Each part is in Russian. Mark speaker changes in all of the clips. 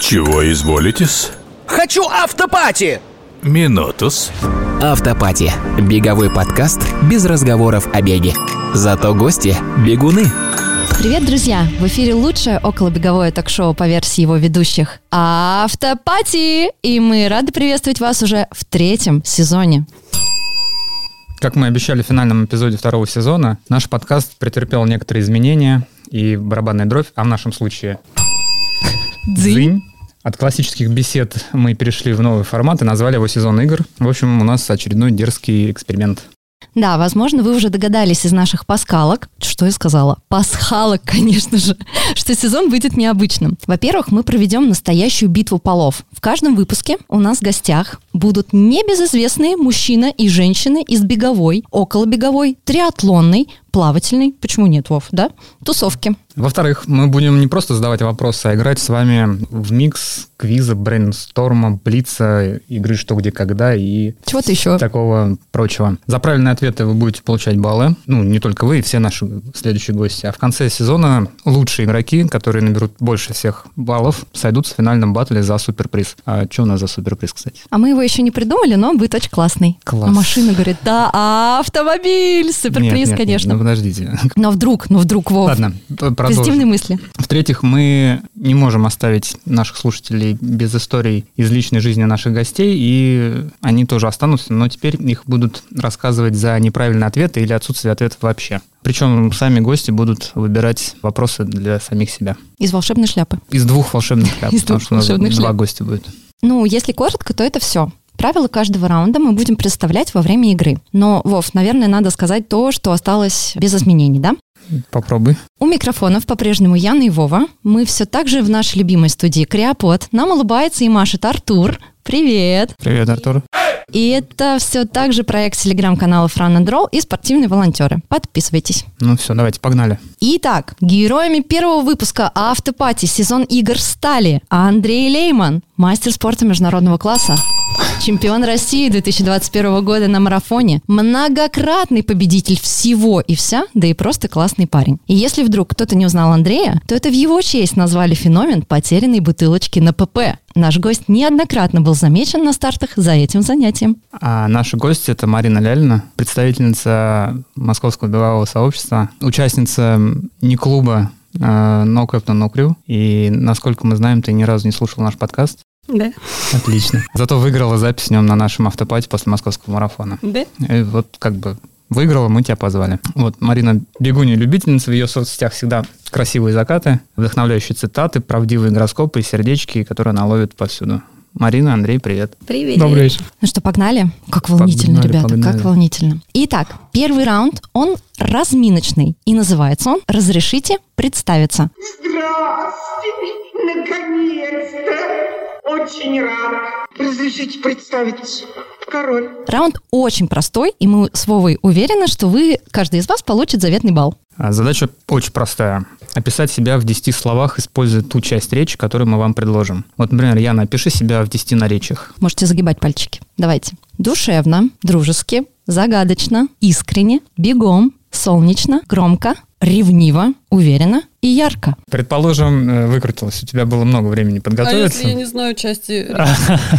Speaker 1: Чего изволитесь?
Speaker 2: Хочу автопати!
Speaker 1: Минутус.
Speaker 3: Автопати. Беговой подкаст без разговоров о беге. Зато гости – бегуны.
Speaker 4: Привет, друзья! В эфире лучшее околобеговое ток-шоу по версии его ведущих Автопати! И мы рады приветствовать вас уже в третьем сезоне.
Speaker 5: Как мы обещали в финальном эпизоде второго сезона, наш подкаст претерпел некоторые изменения, и барабанная дробь, а в нашем случае дзынь. От классических бесед мы перешли в новый формат и назвали его «Сезон игр». В общем, у нас очередной дерзкий эксперимент.
Speaker 4: Да, возможно, вы уже догадались из наших пасхалок, что я сказала, пасхалок, конечно же, что сезон выйдет необычным. Во-первых, мы проведем настоящую битву полов. В каждом выпуске у нас в гостях будут небезызвестные мужчина и женщины из беговой, околобеговой, триатлонной, плавательной, почему нет, Вов, да, тусовки.
Speaker 5: Во-вторых, мы будем не просто задавать вопросы, а играть с вами в микс квиза, брейнсторма, блица, игры «Что, где, когда» и
Speaker 4: Чего-то еще.
Speaker 5: такого прочего. За правильные ответы вы будете получать баллы. Ну, не только вы, и все наши следующие гости. А в конце сезона лучшие игроки, которые наберут больше всех баллов, сойдут в финальном баттле за суперприз. А что у нас за суперприз, кстати?
Speaker 4: А мы его еще не придумали, но он будет очень классный.
Speaker 5: Класс.
Speaker 4: А машина говорит, да, а автомобиль, суперприз,
Speaker 5: Нет, нет, нет,
Speaker 4: конечно.
Speaker 5: ну, подождите.
Speaker 4: Но вдруг, ну вдруг, Вов.
Speaker 5: Ладно, п- продолжим.
Speaker 4: Позитивные мысли.
Speaker 5: В-третьих, мы не можем оставить наших слушателей без историй из личной жизни наших гостей, и они тоже останутся, но теперь их будут рассказывать за неправильные ответы или отсутствие ответов вообще. Причем сами гости будут выбирать вопросы для самих себя.
Speaker 4: Из волшебной шляпы.
Speaker 5: Из двух волшебных шляп,
Speaker 4: Из
Speaker 5: потому
Speaker 4: двух
Speaker 5: что у нас
Speaker 4: волшебных
Speaker 5: два
Speaker 4: шляп.
Speaker 5: гостя будет.
Speaker 4: Ну, если коротко, то это все. Правила каждого раунда мы будем представлять во время игры. Но, Вов, наверное, надо сказать то, что осталось без изменений, да?
Speaker 5: Попробуй.
Speaker 4: У микрофонов по-прежнему Яна и Вова. Мы все так же в нашей любимой студии Криопод. Нам улыбается и машет Артур. Привет!
Speaker 5: Привет, Артур.
Speaker 4: И это все так же проект телеграм-канала Фран and Roll и спортивные волонтеры. Подписывайтесь.
Speaker 5: Ну все, давайте, погнали.
Speaker 4: Итак, героями первого выпуска «Автопати» сезон игр стали Андрей Лейман, мастер спорта международного класса, чемпион России 2021 года на марафоне, многократный победитель всего и вся, да и просто классный парень. И если вдруг кто-то не узнал Андрея, то это в его честь назвали феномен потерянной бутылочки на ПП. Наш гость неоднократно был замечен на стартах за этим занятием.
Speaker 5: А наши гости это Марина Лялина, представительница Московского бегового сообщества, участница не клуба э, No Cap No Crew. И, насколько мы знаем, ты ни разу не слушал наш подкаст.
Speaker 6: Да,
Speaker 5: Отлично. Зато выиграла запись в нем на нашем автопате после московского марафона.
Speaker 6: да.
Speaker 5: И вот как бы выиграла, мы тебя позвали. Вот Марина Бегуня любительница, в ее соцсетях всегда красивые закаты, вдохновляющие цитаты, правдивые гороскопы и сердечки, которые она ловит повсюду. Марина, Андрей, привет.
Speaker 6: Привет.
Speaker 5: вечер.
Speaker 4: Ну что, погнали? Как волнительно,
Speaker 5: Погнали,
Speaker 4: ребята,
Speaker 5: погнали.
Speaker 4: как волнительно. Итак, первый раунд, он разминочный, и называется он «Разрешите представиться».
Speaker 7: Здравствуй! Наконец-то! Очень рад. Разрешите представиться. Король.
Speaker 4: Раунд очень простой, и мы с Вовой уверены, что вы, каждый из вас, получит заветный балл.
Speaker 5: А Задача очень простая. Описать себя в 10 словах, используя ту часть речи, которую мы вам предложим. Вот, например, Яна, опиши себя в 10 наречиях.
Speaker 4: Можете загибать пальчики. Давайте. Душевно, дружески, загадочно, искренне, бегом, солнечно, громко, ревниво, уверенно и ярко.
Speaker 5: Предположим, э, выкрутилась, у тебя было много времени
Speaker 6: А если я
Speaker 5: подготовиться.
Speaker 6: не знаю части...
Speaker 5: А,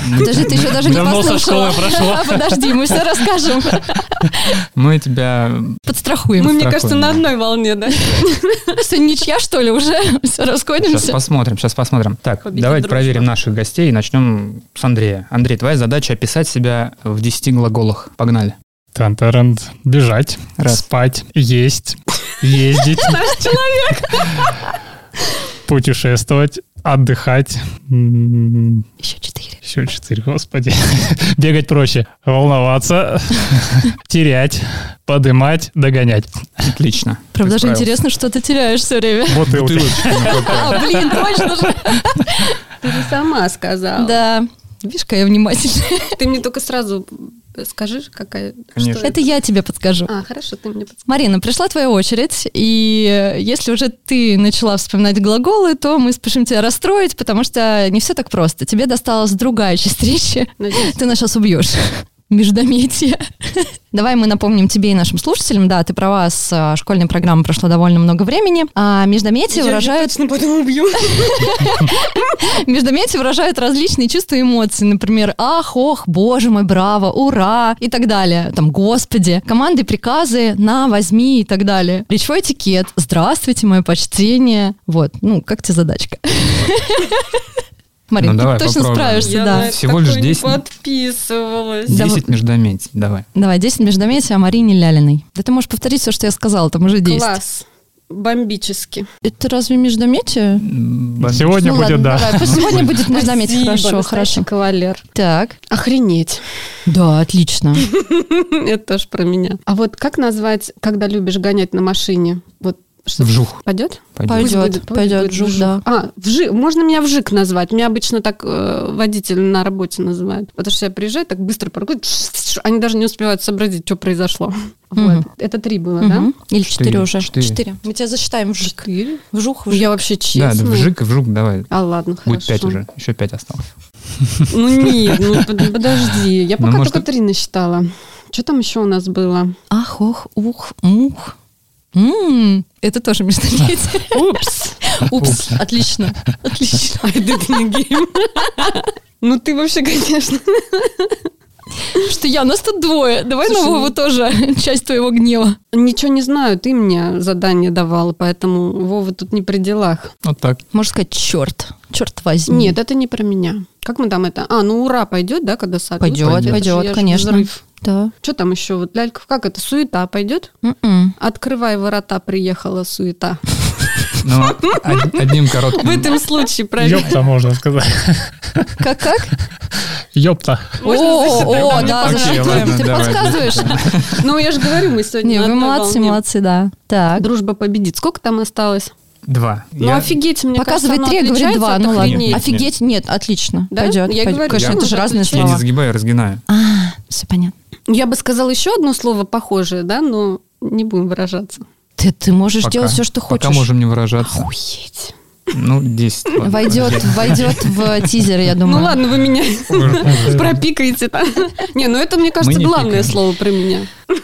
Speaker 5: Ну,
Speaker 4: Подожди, ты еще даже не
Speaker 5: Давно со
Speaker 4: послушала.
Speaker 5: школы прошло.
Speaker 4: Подожди, мы все расскажем.
Speaker 5: Мы тебя... м,
Speaker 4: Подстрахуем.
Speaker 6: Мы, ну, мне
Speaker 5: страхуем,
Speaker 6: кажется, на
Speaker 5: да.
Speaker 6: одной волне, да?
Speaker 4: Что, ничья, что ли, уже? Все,
Speaker 5: Сейчас
Speaker 4: расходимся.
Speaker 5: посмотрим, сейчас посмотрим. Так,
Speaker 6: Победит
Speaker 5: давайте
Speaker 6: дружба.
Speaker 5: проверим наших гостей и начнем с Андрея. Андрей, твоя задача описать себя в 10 глаголах. Погнали.
Speaker 8: Тантаранд. Бежать,
Speaker 5: Раз.
Speaker 8: спать, есть, ездить,
Speaker 6: Наш человек.
Speaker 8: путешествовать, отдыхать. М,
Speaker 4: Еще четыре.
Speaker 8: Еще четыре, господи. Бегать проще. Волноваться, терять, подымать, догонять.
Speaker 5: Отлично.
Speaker 4: Прям
Speaker 5: Ты
Speaker 4: даже
Speaker 5: справился.
Speaker 4: интересно, что ты теряешь все время.
Speaker 8: Бутылки.
Speaker 4: А, блин, точно же.
Speaker 6: Ты же сама сказала.
Speaker 4: Да. Видишь, какая я внимательная.
Speaker 6: Ты мне только сразу скажи, какая...
Speaker 5: Конечно.
Speaker 6: что
Speaker 4: Это я тебе подскажу.
Speaker 6: А, хорошо, ты мне подсказала.
Speaker 4: Марина, пришла твоя очередь, и э, если уже ты начала вспоминать глаголы, то мы спешим тебя расстроить, потому что не все так просто. Тебе досталась другая часть речи.
Speaker 6: Надеюсь.
Speaker 4: Ты нас сейчас убьешь. междометия. Давай мы напомним тебе и нашим слушателям. Да, ты права, с э, школьной программы прошло довольно много времени. А междометия выражают...
Speaker 6: точно потом убью.
Speaker 4: Междометия выражают различные чувства и эмоции. Например, ах, ох, боже мой, браво, ура и так далее. Там, господи. Команды, приказы, на, возьми и так далее. Речевой этикет. Здравствуйте, мое почтение. Вот, ну, как тебе задачка? Марин,
Speaker 5: Ну,
Speaker 4: ты
Speaker 5: давай
Speaker 4: точно
Speaker 5: попробуем.
Speaker 4: справишься,
Speaker 6: Я
Speaker 4: да.
Speaker 6: на это
Speaker 5: Всего лишь
Speaker 6: такое не
Speaker 5: 10.
Speaker 6: подписывалась.
Speaker 5: 10 междометий, давай.
Speaker 4: Давай, 10 междометий о Марине Лялиной. Да ты можешь повторить все, что я сказала, там уже 10.
Speaker 6: Класс. Бомбически.
Speaker 4: Это разве междометие?
Speaker 8: Сегодня
Speaker 4: ну,
Speaker 8: будет,
Speaker 4: ладно,
Speaker 8: да.
Speaker 4: давай, пусть сегодня будет междометие.
Speaker 6: Спасибо,
Speaker 4: Хорошо,
Speaker 6: настоящий
Speaker 4: хорошо.
Speaker 6: кавалер.
Speaker 4: Так,
Speaker 6: Охренеть.
Speaker 4: да, отлично.
Speaker 6: Это тоже про меня. А вот как назвать, когда любишь гонять на машине? Вот что
Speaker 5: Вжух.
Speaker 6: Пойдет?
Speaker 5: Пойдет.
Speaker 4: Пойдет,
Speaker 6: Пусть будет, пусть
Speaker 4: пойдет,
Speaker 6: будет
Speaker 4: жук, да.
Speaker 6: А, вжи, можно меня вжик назвать? Меня обычно так э, водитель на работе называют. Потому что я приезжаю, так быстро паркуют, они даже не успевают сообразить, что произошло.
Speaker 4: Мгм.
Speaker 6: Вот. Это три было, да?
Speaker 4: Мгм. Или
Speaker 5: Четыре,
Speaker 4: 4 уже.
Speaker 5: четыре.
Speaker 4: 4. Мы тебя засчитаем вжик.
Speaker 6: Четыре.
Speaker 4: Вжух,
Speaker 6: Ну,
Speaker 4: вжик.
Speaker 6: Я вообще
Speaker 5: Да, да,
Speaker 6: честная.
Speaker 5: вжик и вжук, давай.
Speaker 6: А ладно,
Speaker 5: Будет
Speaker 6: хорошо.
Speaker 5: 5 уже, еще 5 осталось.
Speaker 6: Ну нет, ну под- подожди. Я
Speaker 5: Ну,
Speaker 6: пока
Speaker 5: может,
Speaker 6: только три насчитала. Что там еще у нас было?
Speaker 4: Ах, ох, ух, мух. М, Это тоже междометие.
Speaker 6: Упс.
Speaker 4: Упс, отлично, отлично.
Speaker 6: Ай, да ты не гейм. Ну ты вообще, конечно.
Speaker 4: Что я, нас тут двое. Давай
Speaker 6: Слушай,
Speaker 4: нового
Speaker 6: ну-
Speaker 4: тоже часть твоего гнева.
Speaker 6: Ничего не знаю, ты мне задание давала, поэтому Вова тут не при делах.
Speaker 5: Вот так.
Speaker 4: Можно сказать, черт. Черт возьми.
Speaker 6: Нет, это не про меня. Как мы там это? А, ну ура, пойдет, да, когда сад? Ну,
Speaker 4: Пойдет, пойдет, конечно. Да.
Speaker 6: Что там еще? Вот лялька, как это? Суета пойдет?
Speaker 4: М-м.
Speaker 6: Открывай ворота, приехала суета.
Speaker 5: Ну, од- одним
Speaker 6: В
Speaker 5: коротким...
Speaker 6: этом случае, правильно?
Speaker 8: Ёпта, можно сказать.
Speaker 4: Как, как?
Speaker 8: Ёпта.
Speaker 6: Можно
Speaker 4: О, о, да,
Speaker 5: Окей,
Speaker 4: засчитываем.
Speaker 5: ладно,
Speaker 4: Ты
Speaker 5: давай.
Speaker 4: подсказываешь?
Speaker 6: Ну, я же говорю, мы сегодня
Speaker 4: Не,
Speaker 6: на
Speaker 4: вы
Speaker 6: одной
Speaker 4: молодцы,
Speaker 6: волне.
Speaker 4: молодцы, да. Так.
Speaker 6: Дружба победит. Сколько там осталось?
Speaker 5: Два.
Speaker 6: Ну,
Speaker 5: Я-
Speaker 6: офигеть, мне
Speaker 4: Показывает
Speaker 6: кажется,
Speaker 4: три,
Speaker 6: оно
Speaker 4: говорит два.
Speaker 6: отличается
Speaker 4: Ну
Speaker 6: от
Speaker 4: ладно.
Speaker 6: охренеть.
Speaker 5: Нет,
Speaker 4: Офигеть, нет, отлично.
Speaker 6: Да?
Speaker 4: Пойдет.
Speaker 6: Я
Speaker 4: пойдет.
Speaker 6: говорю,
Speaker 4: Конечно,
Speaker 6: ну,
Speaker 4: это же
Speaker 6: это
Speaker 4: разные
Speaker 5: Я
Speaker 6: отличается.
Speaker 4: слова.
Speaker 5: не сгибаю, разгинаю.
Speaker 4: А, все понятно.
Speaker 6: Я бы сказала еще одно слово похожее, да, но не будем выражаться.
Speaker 4: Ты, ты можешь
Speaker 5: Пока.
Speaker 4: делать все, что хочешь.
Speaker 5: Пока можем не выражаться.
Speaker 6: Охуеть.
Speaker 5: Ну, 10. ладно.
Speaker 4: Войдет, войдет в э, тизер, я думаю.
Speaker 6: Ну ладно, вы меня пропикаете там. Не, ну это, мне кажется,
Speaker 5: не
Speaker 6: главное
Speaker 5: пикаем.
Speaker 6: слово про меня.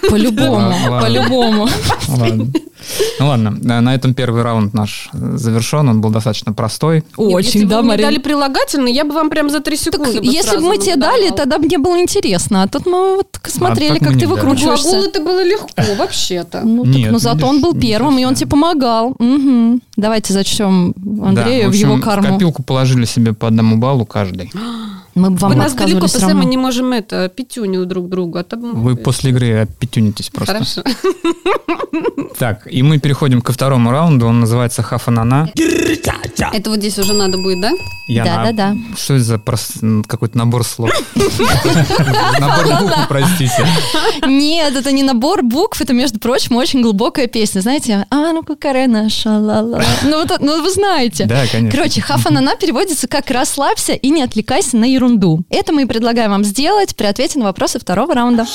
Speaker 4: По-любому,
Speaker 5: Ладно.
Speaker 4: по-любому.
Speaker 5: Ладно. Ну ладно, э, на этом первый раунд наш э, завершен. Он был достаточно простой.
Speaker 4: Очень,
Speaker 6: Если бы
Speaker 4: да,
Speaker 6: вы мне
Speaker 4: Марин?
Speaker 6: дали прилагательный, я бы вам прям за три
Speaker 4: Так,
Speaker 6: секунды бы
Speaker 4: если бы
Speaker 6: сразу
Speaker 4: мы тебе дали,
Speaker 6: давала.
Speaker 4: тогда мне было интересно. А тут мы вот смотрели,
Speaker 5: так мы
Speaker 4: как
Speaker 5: не
Speaker 4: ты
Speaker 5: дали.
Speaker 4: выкручиваешься.
Speaker 6: Глагол-то Ну, было легко вообще-то.
Speaker 4: Ну,
Speaker 5: Нет,
Speaker 4: так, ну зато он
Speaker 5: видишь,
Speaker 4: был первым, и он
Speaker 5: совсем.
Speaker 4: тебе помогал. Мгм. Давайте зачтем Андрею
Speaker 5: Да,
Speaker 4: в его
Speaker 5: общем,
Speaker 4: карму.
Speaker 5: В копилку положили себе по одному баллу каждый.
Speaker 4: Мы бы вам
Speaker 6: Вы нас далеко,
Speaker 4: отказывали всё
Speaker 6: постоянно
Speaker 4: равно.
Speaker 6: а не можем это, пятюню друг другу. а то бы мы-
Speaker 5: Вы после игры отпятюнитесь просто.
Speaker 6: Хорошо.
Speaker 5: Так, и мы переходим ко второму раунду. Он называется Хафанана.
Speaker 6: Это вот здесь уже надо будет, да?
Speaker 5: Яна,
Speaker 4: Да-да-да.
Speaker 5: Что это за прос- м, какой-то набор слов? Набор букв, простите.
Speaker 4: Нет, это не набор букв, это, между прочим, очень глубокая песня. Знаете, а ну кукарена шалала. Ну, вот, это- ну вы знаете.
Speaker 5: Да, конечно.
Speaker 4: Короче, хафанана переводится как «расслабься и не отвлекайся на ерунду». Это мы и предлагаем вам сделать при ответе на вопросы второго раунда.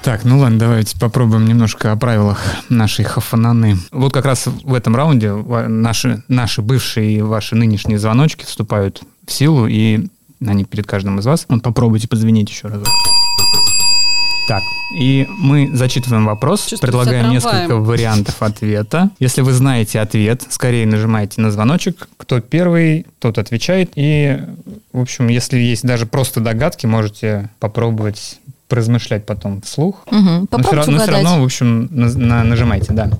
Speaker 5: Так, ну ладно, давайте попробуем немножко о правилах нашей хафананы. Вот как раз в этом раунде ва- наши, наши бывшие и ваши нынешние звоночки вступают в силу, и они перед каждым из вас. Вот попробуйте позвонить еще разок. Так, и мы зачитываем вопрос,
Speaker 6: Чувствую,
Speaker 5: предлагаем
Speaker 6: себя
Speaker 5: несколько
Speaker 6: трамваем.
Speaker 5: вариантов ответа. Если вы знаете ответ, скорее нажимаете на звоночек. Кто первый, тот отвечает. И, в общем, если есть даже просто догадки, можете попробовать поразмышлять потом вслух.
Speaker 4: Мгм,
Speaker 5: Но ну, всё
Speaker 4: Попробуйте
Speaker 5: равно- но все
Speaker 4: угадать.
Speaker 5: равно, в общем, наз- на- нажимайте, да.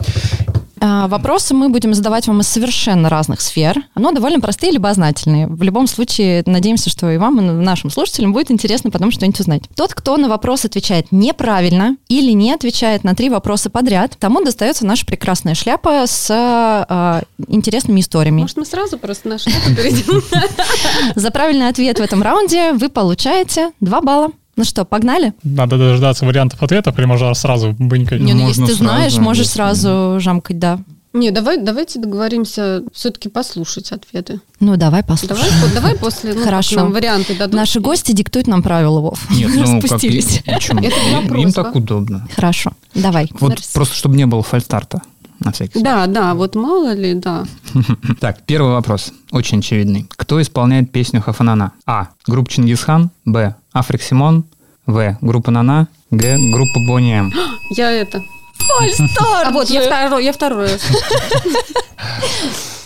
Speaker 4: А, Вопросы мы будем задавать вам из совершенно разных сфер, но довольно простые и любознательные. В любом случае, надеемся, что и вам, и нашим слушателям будет интересно потом что-нибудь узнать. Тот, кто на вопрос отвечает неправильно или не отвечает на три вопроса подряд, тому достается наша прекрасная шляпа с а, интересными историями.
Speaker 6: Может, мы сразу просто на что-то перейдем?
Speaker 4: За правильный ответ в этом раунде вы получаете 2 балла. Ну что, погнали?
Speaker 8: Надо дождаться вариантов ответа, или можно сразу бынькать.
Speaker 4: Не, ну,
Speaker 5: можно
Speaker 4: если ты
Speaker 5: сразу,
Speaker 4: знаешь, можешь
Speaker 5: если-
Speaker 4: сразу жамкать, да.
Speaker 6: Не, давай, давайте договоримся все-таки послушать ответы.
Speaker 4: Ну, давай послушаем.
Speaker 6: Давай, по- давай после ну,
Speaker 4: Хорошо.
Speaker 6: как нам варианты дадут.
Speaker 4: Наши гости диктуют нам правила, Вов.
Speaker 5: Нет, ну как и-
Speaker 4: Распустились.
Speaker 5: почему?
Speaker 6: Это
Speaker 5: Им-
Speaker 6: вопрос,
Speaker 5: Им
Speaker 6: да?
Speaker 5: так удобно.
Speaker 4: Хорошо, давай.
Speaker 5: Вот
Speaker 6: Нарис-
Speaker 5: просто чтобы не было фальстарта. на всякий
Speaker 6: Да, да, вот мало ли, да.
Speaker 5: Так, первый вопрос, очень очевидный. Кто исполняет песню Хафанана? А. Группа Чингисхан. Б. Африк Симон. В. Группа Нана. Г. Группа Бонни М.
Speaker 6: Я это... А вот, я второй, я второй.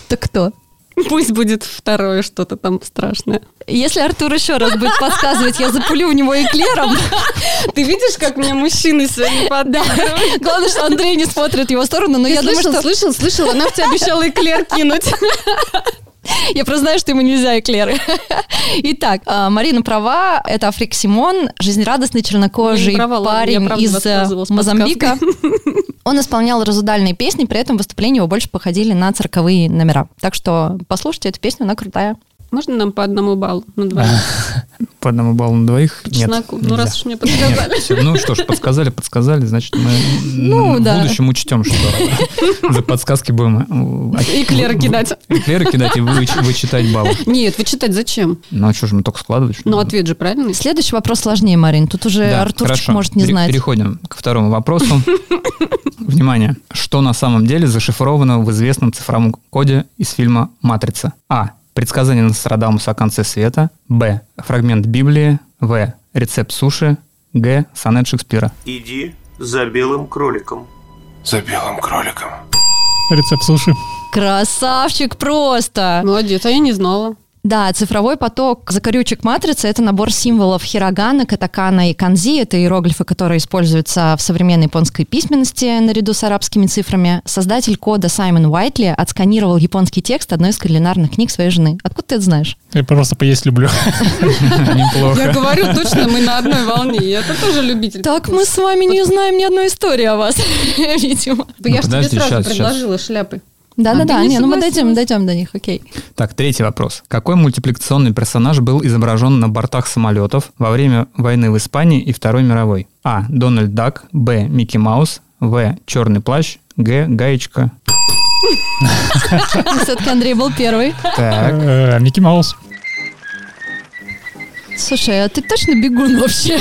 Speaker 4: Так кто?
Speaker 6: Пусть будет второе что-то там страшное.
Speaker 4: Если Артур еще раз будет подсказывать, я запулю в него эклером.
Speaker 6: Ты видишь, как мне мужчины сегодня поддали?
Speaker 4: Главное, что Андрей не смотрит в его сторону, но я думаю,
Speaker 6: слышал,
Speaker 4: что...
Speaker 6: слышал, слышал, она в тебя обещала эклер кинуть.
Speaker 4: Я просто знаю, что ему нельзя эклеры. Итак, а, Марина права, это Африк Симон, жизнерадостный чернокожий
Speaker 6: Я не права, ладно, я
Speaker 4: парень
Speaker 6: правда
Speaker 4: из э,
Speaker 6: воспользовалась
Speaker 4: Мозамбика. Он исполнял разудальные песни, при этом выступления его больше походили на цирковые номера. Так что послушайте эту песню, она крутая.
Speaker 6: Можно нам по одному баллу? Ну, два.
Speaker 5: По одному баллу на двоих?
Speaker 6: По
Speaker 5: А, Нет,
Speaker 6: чесноку. Ну,
Speaker 5: нельзя.
Speaker 6: раз уж мне
Speaker 5: Нет,
Speaker 6: подсказали.
Speaker 5: всё, ну что ж, подсказали, подсказали, значит, мы
Speaker 4: Ну,
Speaker 5: м, в
Speaker 4: да.
Speaker 5: будущем учтем, что за подсказки будем... э,
Speaker 6: Эклеры кидать.
Speaker 5: Эклеры кидать и вы- вычитать баллы.
Speaker 6: Нет, вычитать зачем?
Speaker 5: Ну а что же мы только складывать? что
Speaker 6: Ну,
Speaker 5: ли?
Speaker 6: ответ же правильный.
Speaker 4: Следующий вопрос сложнее, Марин. Тут уже
Speaker 5: Да,
Speaker 4: э, Артурчик
Speaker 5: хорошо.
Speaker 4: может не
Speaker 5: Пере-
Speaker 4: знать.
Speaker 5: Переходим к второму вопросу. Внимание. Что на самом деле зашифровано в известном цифровом коде из фильма «Матрица»? А. Предсказание Нострадамуса о конце света. Б. Фрагмент Библии. В. Рецепт суши. Г. Сонет Шекспира.
Speaker 9: Иди за белым кроликом.
Speaker 10: За белым кроликом.
Speaker 8: Рецепт суши.
Speaker 4: Красавчик просто!
Speaker 6: Молодец, а я не знала.
Speaker 4: Да, цифровой поток закорючек матрицы – это набор символов хирогана, катакана и канзи. Это иероглифы, которые используются в современной японской письменности наряду с арабскими цифрами. Создатель кода Саймон Уайтли отсканировал японский текст одной из кулинарных книг своей жены. Откуда ты это знаешь?
Speaker 8: Я просто поесть люблю.
Speaker 6: Я
Speaker 5: Неплохо.
Speaker 6: говорю, точно мы на одной волне. Я это тоже любитель.
Speaker 4: Так мы с вами не знаем ни одной истории о вас, видимо.
Speaker 6: Да я
Speaker 5: Ну,
Speaker 6: же тебе
Speaker 5: подожди,
Speaker 6: сразу
Speaker 5: щас, щас.
Speaker 6: предложила шляпы.
Speaker 4: Да-да-да,
Speaker 6: А ты не
Speaker 4: не, ну мы дойдем,
Speaker 6: согласилась?
Speaker 4: дойдем до них, окей.
Speaker 5: Так, третий вопрос. Какой мультипликационный персонаж был изображен на бортах самолетов во время войны в Испании и Второй мировой? А. Дональд Дак. Б. Микки Маус. В. Черный плащ. Г. Гаечка.
Speaker 4: Все-таки Андрей был первый.
Speaker 5: Так.
Speaker 8: Э, Микки Маус.
Speaker 4: Слушай, а ты точно бегун вообще?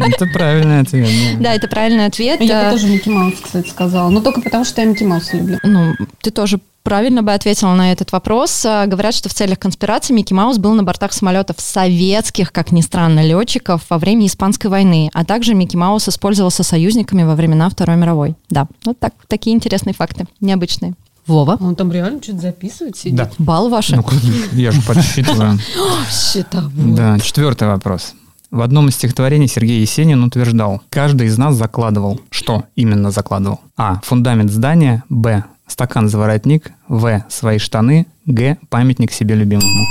Speaker 5: Это правильный ответ. да.
Speaker 4: Да, это правильный ответ.
Speaker 6: Ну, Я
Speaker 4: Э,
Speaker 6: бы тоже Микки Маус, кстати, сказала. Но только потому, что я Микки Мауса люблю.
Speaker 4: Ну, ты тоже правильно бы ответила на этот вопрос. А, Говорят, что в целях конспирации Микки Маус был на бортах самолетов советских, как ни странно, летчиков во время Испанской войны, а также Микки Маус использовался союзниками во времена Второй мировой. Да, вот так, такие интересные факты, необычные. Вова,
Speaker 6: Он там реально что-то записывает, сидит.
Speaker 5: Да.
Speaker 4: балл ваши.
Speaker 5: Ну, я же подсчитываю. Да, четвертый вопрос. В одном из стихотворений Сергей Есенин утверждал, каждый из нас закладывал. Что именно закладывал? А. Фундамент здания. Б. Стакан за воротник. В. Свои штаны. Г. Памятник себе любимому.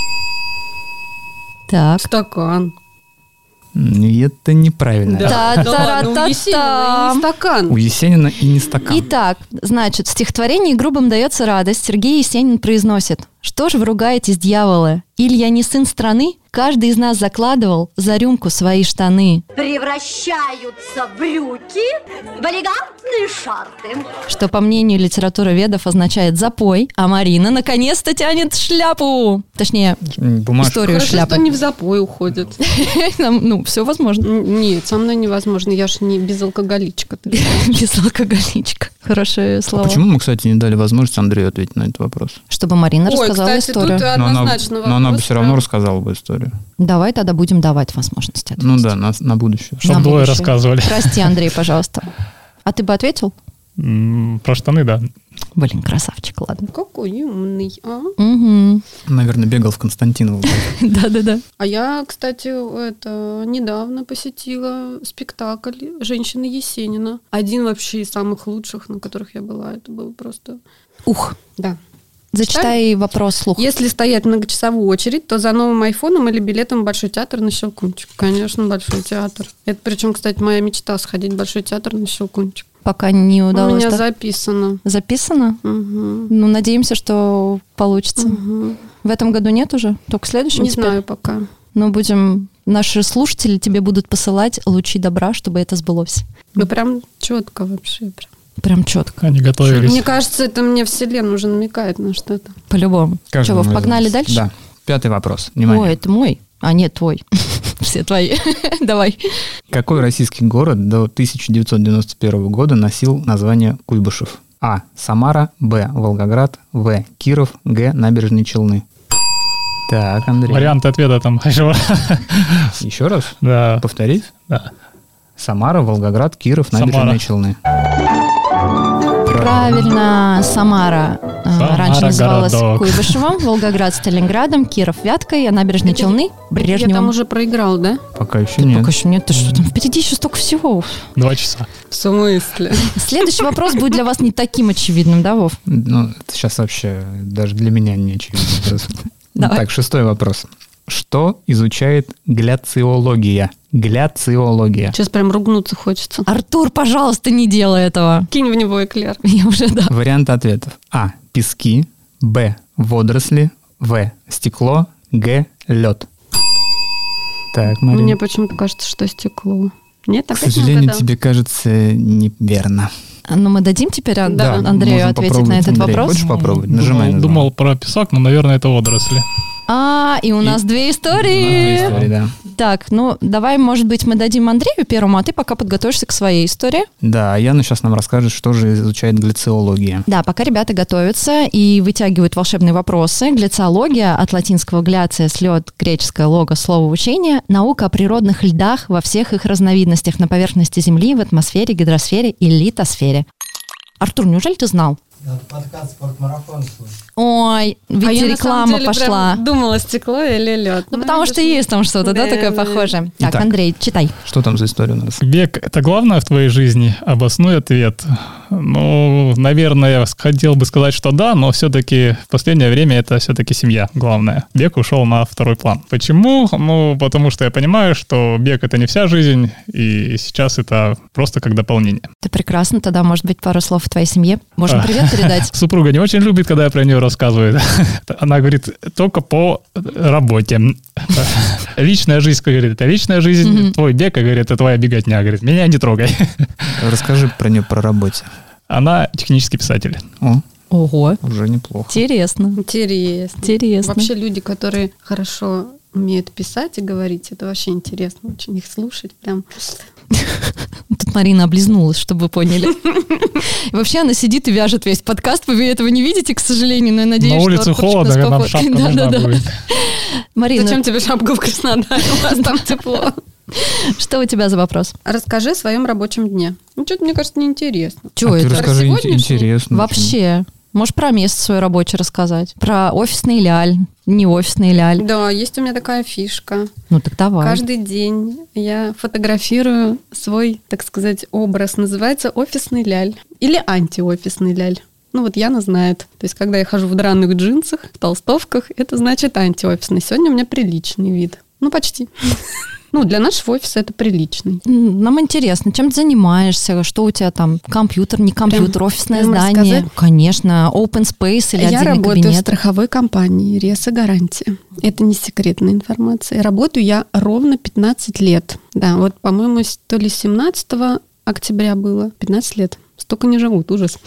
Speaker 4: Так.
Speaker 6: А Стакан.
Speaker 5: М, и Это неправильно.
Speaker 4: Да. Та-та-та-та.
Speaker 6: ладно, у Есенина и не
Speaker 5: У
Speaker 6: стакан.
Speaker 5: Есенина и не стакан.
Speaker 4: Итак, значит, в стихотворении грубым дается радость. Сергей Есенин произносит. Что ж вы ругаетесь, дьяволы? Иль я не сын страны? Каждый из нас закладывал за рюмку свои штаны.
Speaker 11: Превращаются брюки в элегантные шарты.
Speaker 4: что, по мнению литературы ведов, означает запой, а Марина наконец-то тянет шляпу. Точнее,
Speaker 5: М, Бумажка.
Speaker 4: историю
Speaker 6: Хорошо,
Speaker 4: шляпы.
Speaker 6: что не в запой уходит.
Speaker 4: Нам, Ну, все возможно.
Speaker 6: Н- Нет, со мной невозможно, я ж не безалкоголичка. ты.
Speaker 4: Без алкоголичка. Хорошие
Speaker 5: А
Speaker 4: слова.
Speaker 5: почему мы, кстати, не дали возможность Андрею ответить на этот вопрос?
Speaker 4: Чтобы Марина
Speaker 6: Ой,
Speaker 4: рассказала
Speaker 6: кстати, тут э,
Speaker 4: историю.
Speaker 5: Но она,
Speaker 6: однозначно
Speaker 5: но она бы
Speaker 6: вопрос
Speaker 5: все равно
Speaker 6: прям.
Speaker 5: рассказала бы историю.
Speaker 4: Давай тогда будем давать возможность ответить.
Speaker 5: Ну да, на, на будущее.
Speaker 8: Чтоб
Speaker 4: На
Speaker 8: двое
Speaker 4: будущее.
Speaker 8: рассказывали.
Speaker 4: Прости, Андрей, пожалуйста. А ты бы ответил?
Speaker 8: М, Про штаны, да.
Speaker 4: Блин, красавчик, ладно.
Speaker 6: Какой умный, а?
Speaker 4: Мгм.
Speaker 5: Наверное, бегал в Константиново.
Speaker 4: Да-да-да.
Speaker 6: А я, кстати, это недавно посетила спектакль «Женщины Есенина». Один вообще из самых лучших, на которых я была. Это было просто...
Speaker 4: Ух.
Speaker 6: Да.
Speaker 4: Зачитай вопрос слух.
Speaker 6: Если стоять многочасовую очередь, то за новым айфоном или билетом в Большой театр на Щелкунчик. Конечно, Большой театр. Это причем, кстати, моя мечта сходить в Большой театр на Щелкунчик.
Speaker 4: Пока не
Speaker 6: У
Speaker 4: удалось.
Speaker 6: меня
Speaker 4: да?
Speaker 6: записано.
Speaker 4: Записано?
Speaker 6: Мгм.
Speaker 4: Ну, надеемся, что получится.
Speaker 6: Мгм.
Speaker 4: В этом году нет уже? Только в следующем
Speaker 6: Не
Speaker 4: теперь?
Speaker 6: знаю пока.
Speaker 4: Но будем, наши слушатели тебе будут посылать лучи добра, чтобы это сбылось.
Speaker 6: Ну прям четко вообще. прям.
Speaker 4: Прям четко,
Speaker 8: Они
Speaker 6: Мне
Speaker 8: готовились.
Speaker 6: кажется, это мне вселенная уже намекает на что-то.
Speaker 4: по-любому. Че, Вов,
Speaker 5: Каждому из
Speaker 4: погнали
Speaker 5: нас.
Speaker 4: дальше?
Speaker 5: Да. Пятый вопрос.
Speaker 4: Ой,
Speaker 5: Внимание.
Speaker 4: это мой. А, нет, твой. Все твои. Давай.
Speaker 5: Какой российский город до 1991 года носил название Куйбышев? А. Самара. Б. Волгоград. В. Киров. Г. Набережные Челны. Так, Андрей.
Speaker 8: Варианты ответа там. Еще раз.
Speaker 5: Еще раз?
Speaker 8: Да.
Speaker 5: Повторить?
Speaker 8: Да.
Speaker 5: Самара, Волгоград, Киров,
Speaker 8: Самара.
Speaker 5: Набережные Челны.
Speaker 4: Правильно, Самара. э,
Speaker 8: Самара
Speaker 4: Раньше называлась
Speaker 8: городок.
Speaker 4: Куйбышевым, Волгоград, Сталинградом, Киров, Вяткой, а набережные Челны,
Speaker 6: Я там
Speaker 4: Брежневым.
Speaker 6: уже проиграл, да?
Speaker 5: Пока еще нет.
Speaker 4: Пока еще нет, ты что там, впереди еще столько всего.
Speaker 8: Два часа.
Speaker 6: В смысле?
Speaker 4: Следующий вопрос будет для вас не таким очевидным, да, Вов?
Speaker 5: Ну, это сейчас вообще даже для меня не очевидно. вопрос.
Speaker 4: Давай.
Speaker 5: Так, шестой вопрос. Что изучает гляциология? Гляциология.
Speaker 6: Сейчас прям ругнуться хочется.
Speaker 4: Артур, пожалуйста, не делай этого.
Speaker 6: Кинь в него эклер.
Speaker 4: Я уже, да.
Speaker 5: Варианты ответов. А. Пески. Б. Водоросли. В. Стекло. Г. Лед. Так, Марина.
Speaker 6: Мне почему-то кажется, что стекло. Нет,
Speaker 5: К
Speaker 6: опять
Speaker 5: сожалению,
Speaker 6: надо?
Speaker 5: тебе кажется неверно.
Speaker 4: Но А, ну, мы дадим теперь Ан-
Speaker 6: Да.
Speaker 4: Андрею
Speaker 5: можно
Speaker 4: ответить
Speaker 5: попробовать.
Speaker 4: на этот
Speaker 5: Андрей,
Speaker 4: вопрос.
Speaker 5: Хочешь попробовать? Нажимай.
Speaker 8: думал,
Speaker 5: на
Speaker 8: думал про песок, но, наверное, это водоросли.
Speaker 4: А, и у нас две истории.
Speaker 5: звонок. История, Да.
Speaker 4: Так, ну давай, может быть, мы дадим Андрею первому, а ты пока подготовишься к своей истории.
Speaker 5: Да, а Яна сейчас нам расскажет, что же изучает глициология.
Speaker 4: Да, пока ребята готовятся и вытягивают волшебные вопросы, глициология, от латинского «гляция», след, греческое «лого», слово «учение», наука о природных льдах во всех их разновидностях на поверхности Земли, в атмосфере, гидросфере и литосфере. Артур, неужели ты знал? Ой, ведь
Speaker 6: А я на
Speaker 4: реклама
Speaker 6: самом деле прям
Speaker 4: пошла.
Speaker 6: думала, стекло или лед.
Speaker 4: Ну, потому что есть там что-то, да,
Speaker 6: Да,
Speaker 4: такое
Speaker 6: да.
Speaker 4: похожее. Так,
Speaker 5: Итак.
Speaker 4: Андрей, читай.
Speaker 5: Что там за история у нас?
Speaker 8: Бег — это главное в твоей жизни? Обоснуй ответ. Ну, наверное, я хотел бы сказать, что да, но все-таки в последнее время это все-таки семья главное. Бег ушел на второй план. Почему? Ну, потому что я понимаю, что бег — это не вся жизнь, и сейчас это просто как дополнение.
Speaker 4: Ты прекрасно, тогда, может быть, пару слов в твоей семье. Можно
Speaker 8: А.
Speaker 4: привет передать?
Speaker 8: Супруга не очень любит, когда я про нее рассказываю. Она говорит, только по работе. Личная жизнь, говорит, это личная жизнь. Твой бег, говорит, это твоя беготня. а, Говорит, меня не трогай.
Speaker 5: Расскажи про нее про работе.
Speaker 8: Она технический писатель.
Speaker 5: О,
Speaker 4: Ого,
Speaker 5: уже неплохо.
Speaker 4: интересно,
Speaker 6: Интересно.
Speaker 4: интересно.
Speaker 6: Вообще люди, которые хорошо умеют писать и говорить, это вообще интересно очень их слушать. Прям
Speaker 4: Тут Марина облизнулась, чтобы вы поняли. И Вообще она сидит и вяжет весь подкаст. Вы этого не видите, к сожалению, но я надеюсь,
Speaker 8: На
Speaker 4: что
Speaker 8: улице
Speaker 4: Артурчик
Speaker 8: холодно,
Speaker 4: нас
Speaker 8: нам
Speaker 4: попро-
Speaker 8: шапка нужна
Speaker 4: Да-да-да.
Speaker 8: будет.
Speaker 4: Марина, ну
Speaker 6: Зачем тебе шапка в Краснодаре? У вас там тепло.
Speaker 4: что у тебя за вопрос?
Speaker 6: Расскажи о своем рабочем дне. Ну, что-то, мне кажется, неинтересно.
Speaker 4: Чего
Speaker 5: а ты
Speaker 4: это?
Speaker 5: расскажи ин-
Speaker 6: сегодняшний?
Speaker 5: интересно.
Speaker 4: Вообще, можешь про место свое рабочее рассказать? Про офисный ляль, не офисный ляль.
Speaker 6: Да, есть у меня такая фишка.
Speaker 4: Ну так давай.
Speaker 6: Каждый день я фотографирую свой, так сказать, образ. Называется офисный ляль или антиофисный ляль. Ну вот Яна знает. То есть, когда я хожу в драных джинсах, в толстовках, это значит антиофисный. Сегодня у меня приличный вид. Ну, почти. Ну, для нашего офиса это приличный.
Speaker 4: М, Нам интересно, чем ты занимаешься, что у тебя там, компьютер, не компьютер,
Speaker 6: Прям-
Speaker 4: офисное
Speaker 6: прям
Speaker 4: здание,
Speaker 6: рассказать?
Speaker 4: конечно, open space или
Speaker 6: я
Speaker 4: отдельный
Speaker 6: работаю в
Speaker 4: кабинет.
Speaker 6: страховой компании «Реса Гарантия». Это не секретная информация. Работаю я ровно 15 лет. Да, вот, по-моему, с- то ли 17 октября было. 15 лет. Столько не живут, ужас.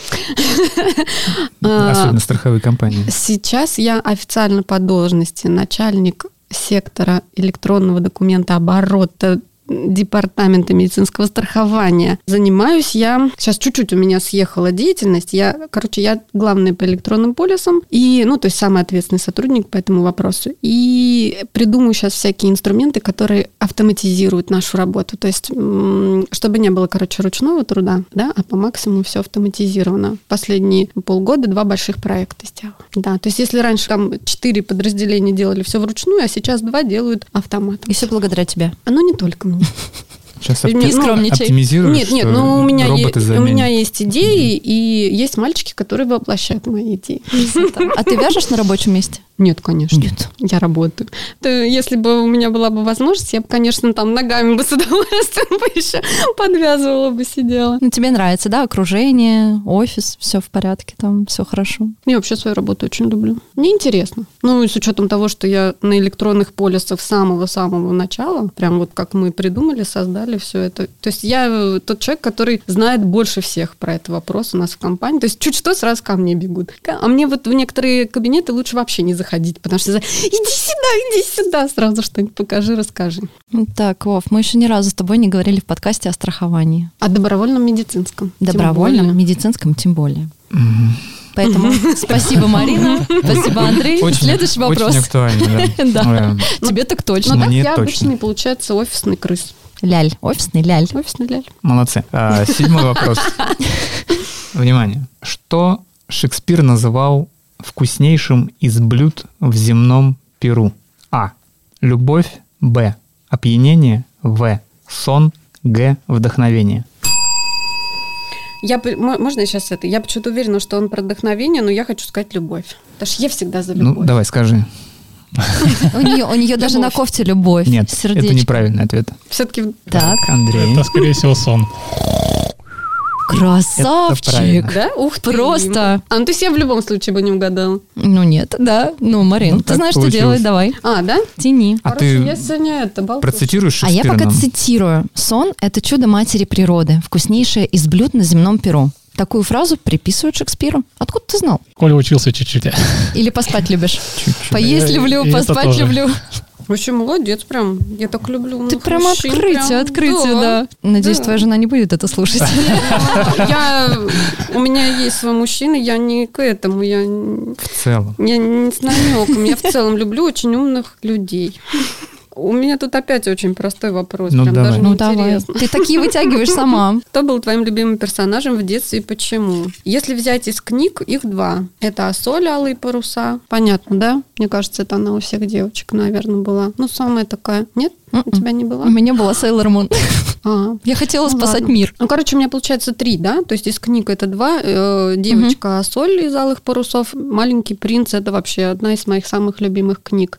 Speaker 6: А,
Speaker 5: Особенно страховые компании.
Speaker 6: Сейчас я официально по должности начальник сектора электронного документа оборота департамента медицинского страхования. Занимаюсь я... Сейчас чуть-чуть у меня съехала деятельность. Я, короче, я главная по электронным полисам. И, ну, то есть самый ответственный сотрудник по этому вопросу. И придумаю сейчас всякие инструменты, которые автоматизируют нашу работу. То есть, м, чтобы не было, короче, ручного труда, да, а по максимуму все автоматизировано. Последние полгода два больших проекта сделала. Да, то есть, если раньше там четыре подразделения делали все вручную, а сейчас два делают автоматом.
Speaker 4: И все благодаря тебе.
Speaker 6: Оно не только мне.
Speaker 5: Сейчас
Speaker 6: И
Speaker 5: опти-
Speaker 6: мне- ну,
Speaker 4: скромничай.
Speaker 5: оптимизируешь,
Speaker 6: Нет, нет,
Speaker 5: что
Speaker 6: ну у меня, е-
Speaker 5: роботы
Speaker 6: у
Speaker 5: заменят.
Speaker 6: меня есть идеи, и есть мальчики, которые воплощают мои идеи.
Speaker 4: А ты вяжешь на рабочем месте?
Speaker 6: Нет, конечно.
Speaker 4: Нет.
Speaker 6: Я работаю. То, если бы у меня была бы возможность, я бы, конечно, там ногами бы с удовольствием бы еще подвязывала бы, сидела.
Speaker 4: Ну, тебе нравится, да, окружение, офис, все в порядке, там все хорошо.
Speaker 6: Я вообще свою работу очень люблю. Мне интересно. Ну, и с учетом того, что я на электронных полисах с самого-самого начала, прям вот как мы придумали, создали все это. То есть я э, тот человек, который знает больше всех про этот вопрос у нас в компании. То есть чуть что сразу ко мне бегут. Ка- А мне вот в некоторые кабинеты лучше вообще не заходить, потому что за- иди сюда, иди сюда, сразу что-нибудь покажи, расскажи.
Speaker 4: Ну, Так, Вов, мы еще ни разу с тобой не говорили в подкасте о страховании.
Speaker 6: О добровольном медицинском. Тем
Speaker 4: Добровольном,
Speaker 6: более.
Speaker 4: медицинском тем более. Поэтому спасибо, Марина. Спасибо, Андрей.
Speaker 5: Очень-
Speaker 4: Следующий вопрос. Ну,
Speaker 5: Очень актуально, да.
Speaker 4: Да.
Speaker 5: Эм,
Speaker 4: Тебе так
Speaker 6: Но
Speaker 4: точно.
Speaker 6: Ну, так
Speaker 5: Мне
Speaker 6: я
Speaker 5: точно.
Speaker 6: обычный, получается, офисный крыс.
Speaker 4: Ляль. Офисный ляль.
Speaker 6: Офисный ляль.
Speaker 5: Молодцы. А, Седьмой вопрос. Внимание. Что Шекспир называл вкуснейшим из блюд в земном Перу? А. Любовь. Б. Опьянение. В. Сон. Г. Вдохновение.
Speaker 6: Я, п- мо- можно я сейчас это? Я почему-то уверена, что он про вдохновение, но я хочу сказать любовь. Потому что я всегда за любовь.
Speaker 5: Ну, давай, скажи.
Speaker 4: У нее, у нее даже на кофте любовь.
Speaker 5: Нет,
Speaker 4: сердечко.
Speaker 5: это неправильный ответ.
Speaker 6: Все-таки
Speaker 4: Так, А
Speaker 5: Андрей.
Speaker 8: Это, скорее всего, сон.
Speaker 4: красавчик.
Speaker 5: правильно.
Speaker 6: Да? Ух ты.
Speaker 4: Просто.
Speaker 6: А, ну то есть я в любом случае бы не угадала.
Speaker 4: Ну нет, да. Ну, Марин,
Speaker 5: Ну,
Speaker 4: ты
Speaker 5: так
Speaker 4: знаешь,
Speaker 5: получилось.
Speaker 4: что делать, давай.
Speaker 6: А, да?
Speaker 4: Тяни.
Speaker 5: А
Speaker 6: Короче, я
Speaker 5: ты
Speaker 6: сегодня это болтаю.
Speaker 5: процитируешь
Speaker 4: А я
Speaker 5: Шекспира
Speaker 4: пока
Speaker 5: нам?
Speaker 4: цитирую. «Сон – это чудо матери природы, вкуснейшее из блюд на земном перу». Такую фразу приписывают Шекспиру. Откуда ты знал?
Speaker 8: Коля учился чуть-чуть.
Speaker 4: Или поспать любишь? Поесть
Speaker 8: И- и
Speaker 4: люблю,
Speaker 8: это
Speaker 4: поспать
Speaker 8: тоже.
Speaker 4: люблю.
Speaker 6: Вообще молодец прям. Я так люблю
Speaker 4: Ты
Speaker 6: умных
Speaker 4: прям
Speaker 6: мужчин,
Speaker 4: открытие,
Speaker 6: прям.
Speaker 4: открытие, да. Надеюсь,
Speaker 6: Да.
Speaker 4: твоя жена не будет это слушать.
Speaker 6: Я, у меня есть свой мужчина, я не к этому, я, не-
Speaker 5: В целом.
Speaker 6: я не с намеком. Я в целом люблю очень умных людей. У меня тут опять очень простой вопрос,
Speaker 5: Ну,
Speaker 6: прям
Speaker 5: давай.
Speaker 6: даже
Speaker 4: Ну давай.
Speaker 6: неинтересно.
Speaker 4: Ты такие вытягиваешь сама.
Speaker 6: Кто был твоим любимым персонажем в детстве и почему? Если взять из книг, их два. Это «Соль», «Алые паруса». Понятно, да? Мне кажется, это она у всех девочек, наверное, была. Ну, самая такая. Нет?
Speaker 4: М-м.
Speaker 6: У тебя не была?
Speaker 4: У меня была Сейлор Мун.
Speaker 6: А,
Speaker 4: Я хотела
Speaker 6: Ну,
Speaker 4: спасать
Speaker 6: ладно.
Speaker 4: мир.
Speaker 6: Ну, короче, у меня получается три, да? То есть из книг это два. э, девочка Соль из «Алых парусов», «Маленький принц» — это вообще одна из моих самых любимых книг.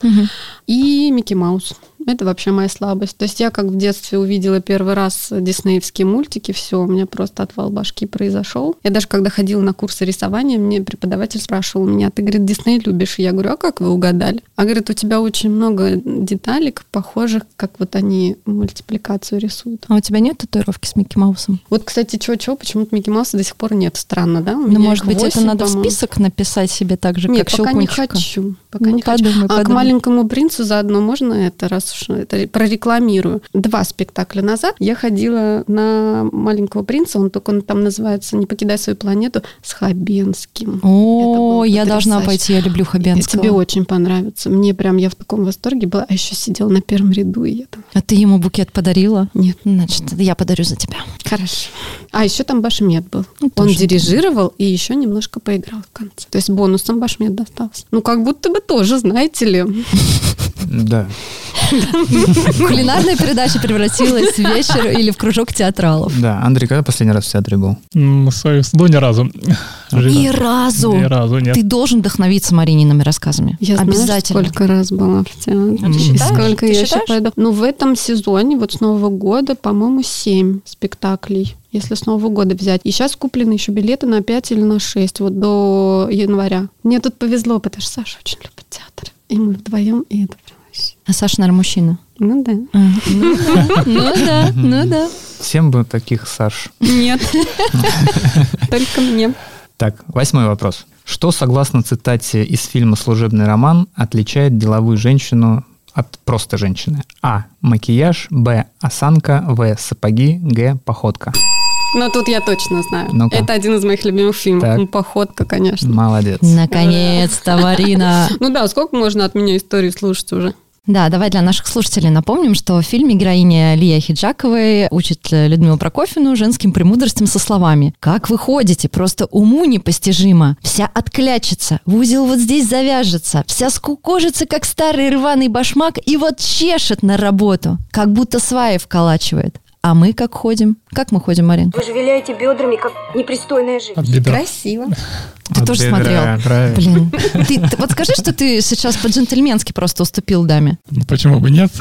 Speaker 6: И «Микки Маус». Это вообще моя слабость. То есть я как в детстве увидела первый раз диснеевские мультики, все, у меня просто отвал башки произошел. Я даже когда ходила на курсы рисования, мне преподаватель спрашивал меня, ты, говорит, Дисней любишь? Я говорю, а как вы угадали? А говорит, у тебя очень много деталек, похожих, как вот они мультипликацию рисуют.
Speaker 4: А у тебя нет татуировки с Микки Маусом?
Speaker 6: Вот, кстати, чего-чего, почему-то Микки Мауса до сих пор нет. Странно, да? У
Speaker 4: Ну,
Speaker 6: меня
Speaker 4: может
Speaker 6: их
Speaker 4: быть, это
Speaker 6: восемь,
Speaker 4: надо в
Speaker 6: по-моему.
Speaker 4: список написать себе так же,
Speaker 6: Нет,
Speaker 4: как
Speaker 6: пока не
Speaker 4: Щелкунчика.
Speaker 6: хочу. Пока
Speaker 4: Ну,
Speaker 6: не хочу.
Speaker 4: подумай,
Speaker 6: а к
Speaker 4: подумай.
Speaker 6: «Маленькому принцу» заодно можно это, раз уж это прорекламирую. Два спектакля назад я ходила на «Маленького принца», он только он там называется «Не покидай свою планету» с Хабенским. Это
Speaker 4: О,
Speaker 6: было
Speaker 4: я должна
Speaker 6: потрясающе.
Speaker 4: пойти, я люблю Хабенского.
Speaker 6: Тебе очень понравится. Мне прям, я в таком восторге была, а еще сидела на первом ряду, и я там...
Speaker 4: А ты ему букет подарила?
Speaker 6: Нет.
Speaker 4: Значит, я подарю за тебя.
Speaker 6: Хорошо. А еще там Башмет был.
Speaker 4: Ну,
Speaker 6: Он
Speaker 4: тоже
Speaker 6: дирижировал и еще немножко поиграл в конце. То есть бонусом Башмет достался. Ну, как будто бы тоже, знаете ли.
Speaker 5: Да.
Speaker 4: Кулинарная передача превратилась в вечер или в кружок театралов.
Speaker 5: Да. Андрей, когда последний раз в театре был?
Speaker 8: М, Свою сду ни разу. В жизни.
Speaker 4: Ни разу.
Speaker 8: Ни разу, нет.
Speaker 4: Ты должен вдохновиться Мариниными рассказами.
Speaker 6: Я знаю,
Speaker 4: Обязательно.
Speaker 6: сколько раз была в театре.
Speaker 8: ты считаешь?
Speaker 6: Сколько
Speaker 4: Ты
Speaker 6: я еще
Speaker 4: считаешь?
Speaker 6: пойду. Ну, в этом сезоне, вот с Нового года, по-моему, семь спектаклей. Если с Нового года взять. И сейчас куплены еще билеты на 5 или на 6, вот до января. Мне тут повезло, потому что Саша очень любит театр. И мы вдвоем, и это прям вообще.
Speaker 4: А Саша, наверное, мужчина.
Speaker 6: Ну да.
Speaker 4: А, Ну да, ну да, ну да.
Speaker 5: Всем бы таких, Саш.
Speaker 6: Нет. Только мне.
Speaker 5: Так, восьмой вопрос. Что, согласно цитате из фильма «Служебный роман», отличает деловую женщину от просто женщины? А. Макияж. Б. Осанка. В. Сапоги. Г. Походка.
Speaker 6: Но тут я точно знаю.
Speaker 5: Ну-ка.
Speaker 6: Это один из моих любимых фильмов.
Speaker 5: Так.
Speaker 6: Ну, Походка, конечно.
Speaker 5: Молодец.
Speaker 4: Наконец-то, Марина.
Speaker 6: Ну да, сколько можно от меня истории слушать уже?
Speaker 4: Да, давай для наших слушателей напомним, что в фильме героиня Лия Хиджаковой учит э, Людмилу Прокофьевну женским премудростям со словами «Как вы ходите? Просто уму непостижимо! Вся отклячется, в узел вот здесь завяжется, вся скукожится, как старый рваный башмак, и вот чешет на работу, как будто сваи вколачивает. А мы как ходим? Как мы ходим, Марин?
Speaker 11: Вы же виляете бедрами, как непристойная жизнь.
Speaker 8: От бедра.
Speaker 6: Красиво.
Speaker 4: Ты
Speaker 5: От
Speaker 4: тоже
Speaker 5: бедра,
Speaker 4: смотрел?
Speaker 5: правильно.
Speaker 4: Блин, ты, ты вот скажи, что ты сейчас по-джентльменски просто уступил даме.
Speaker 8: Ну, Почему бы нет?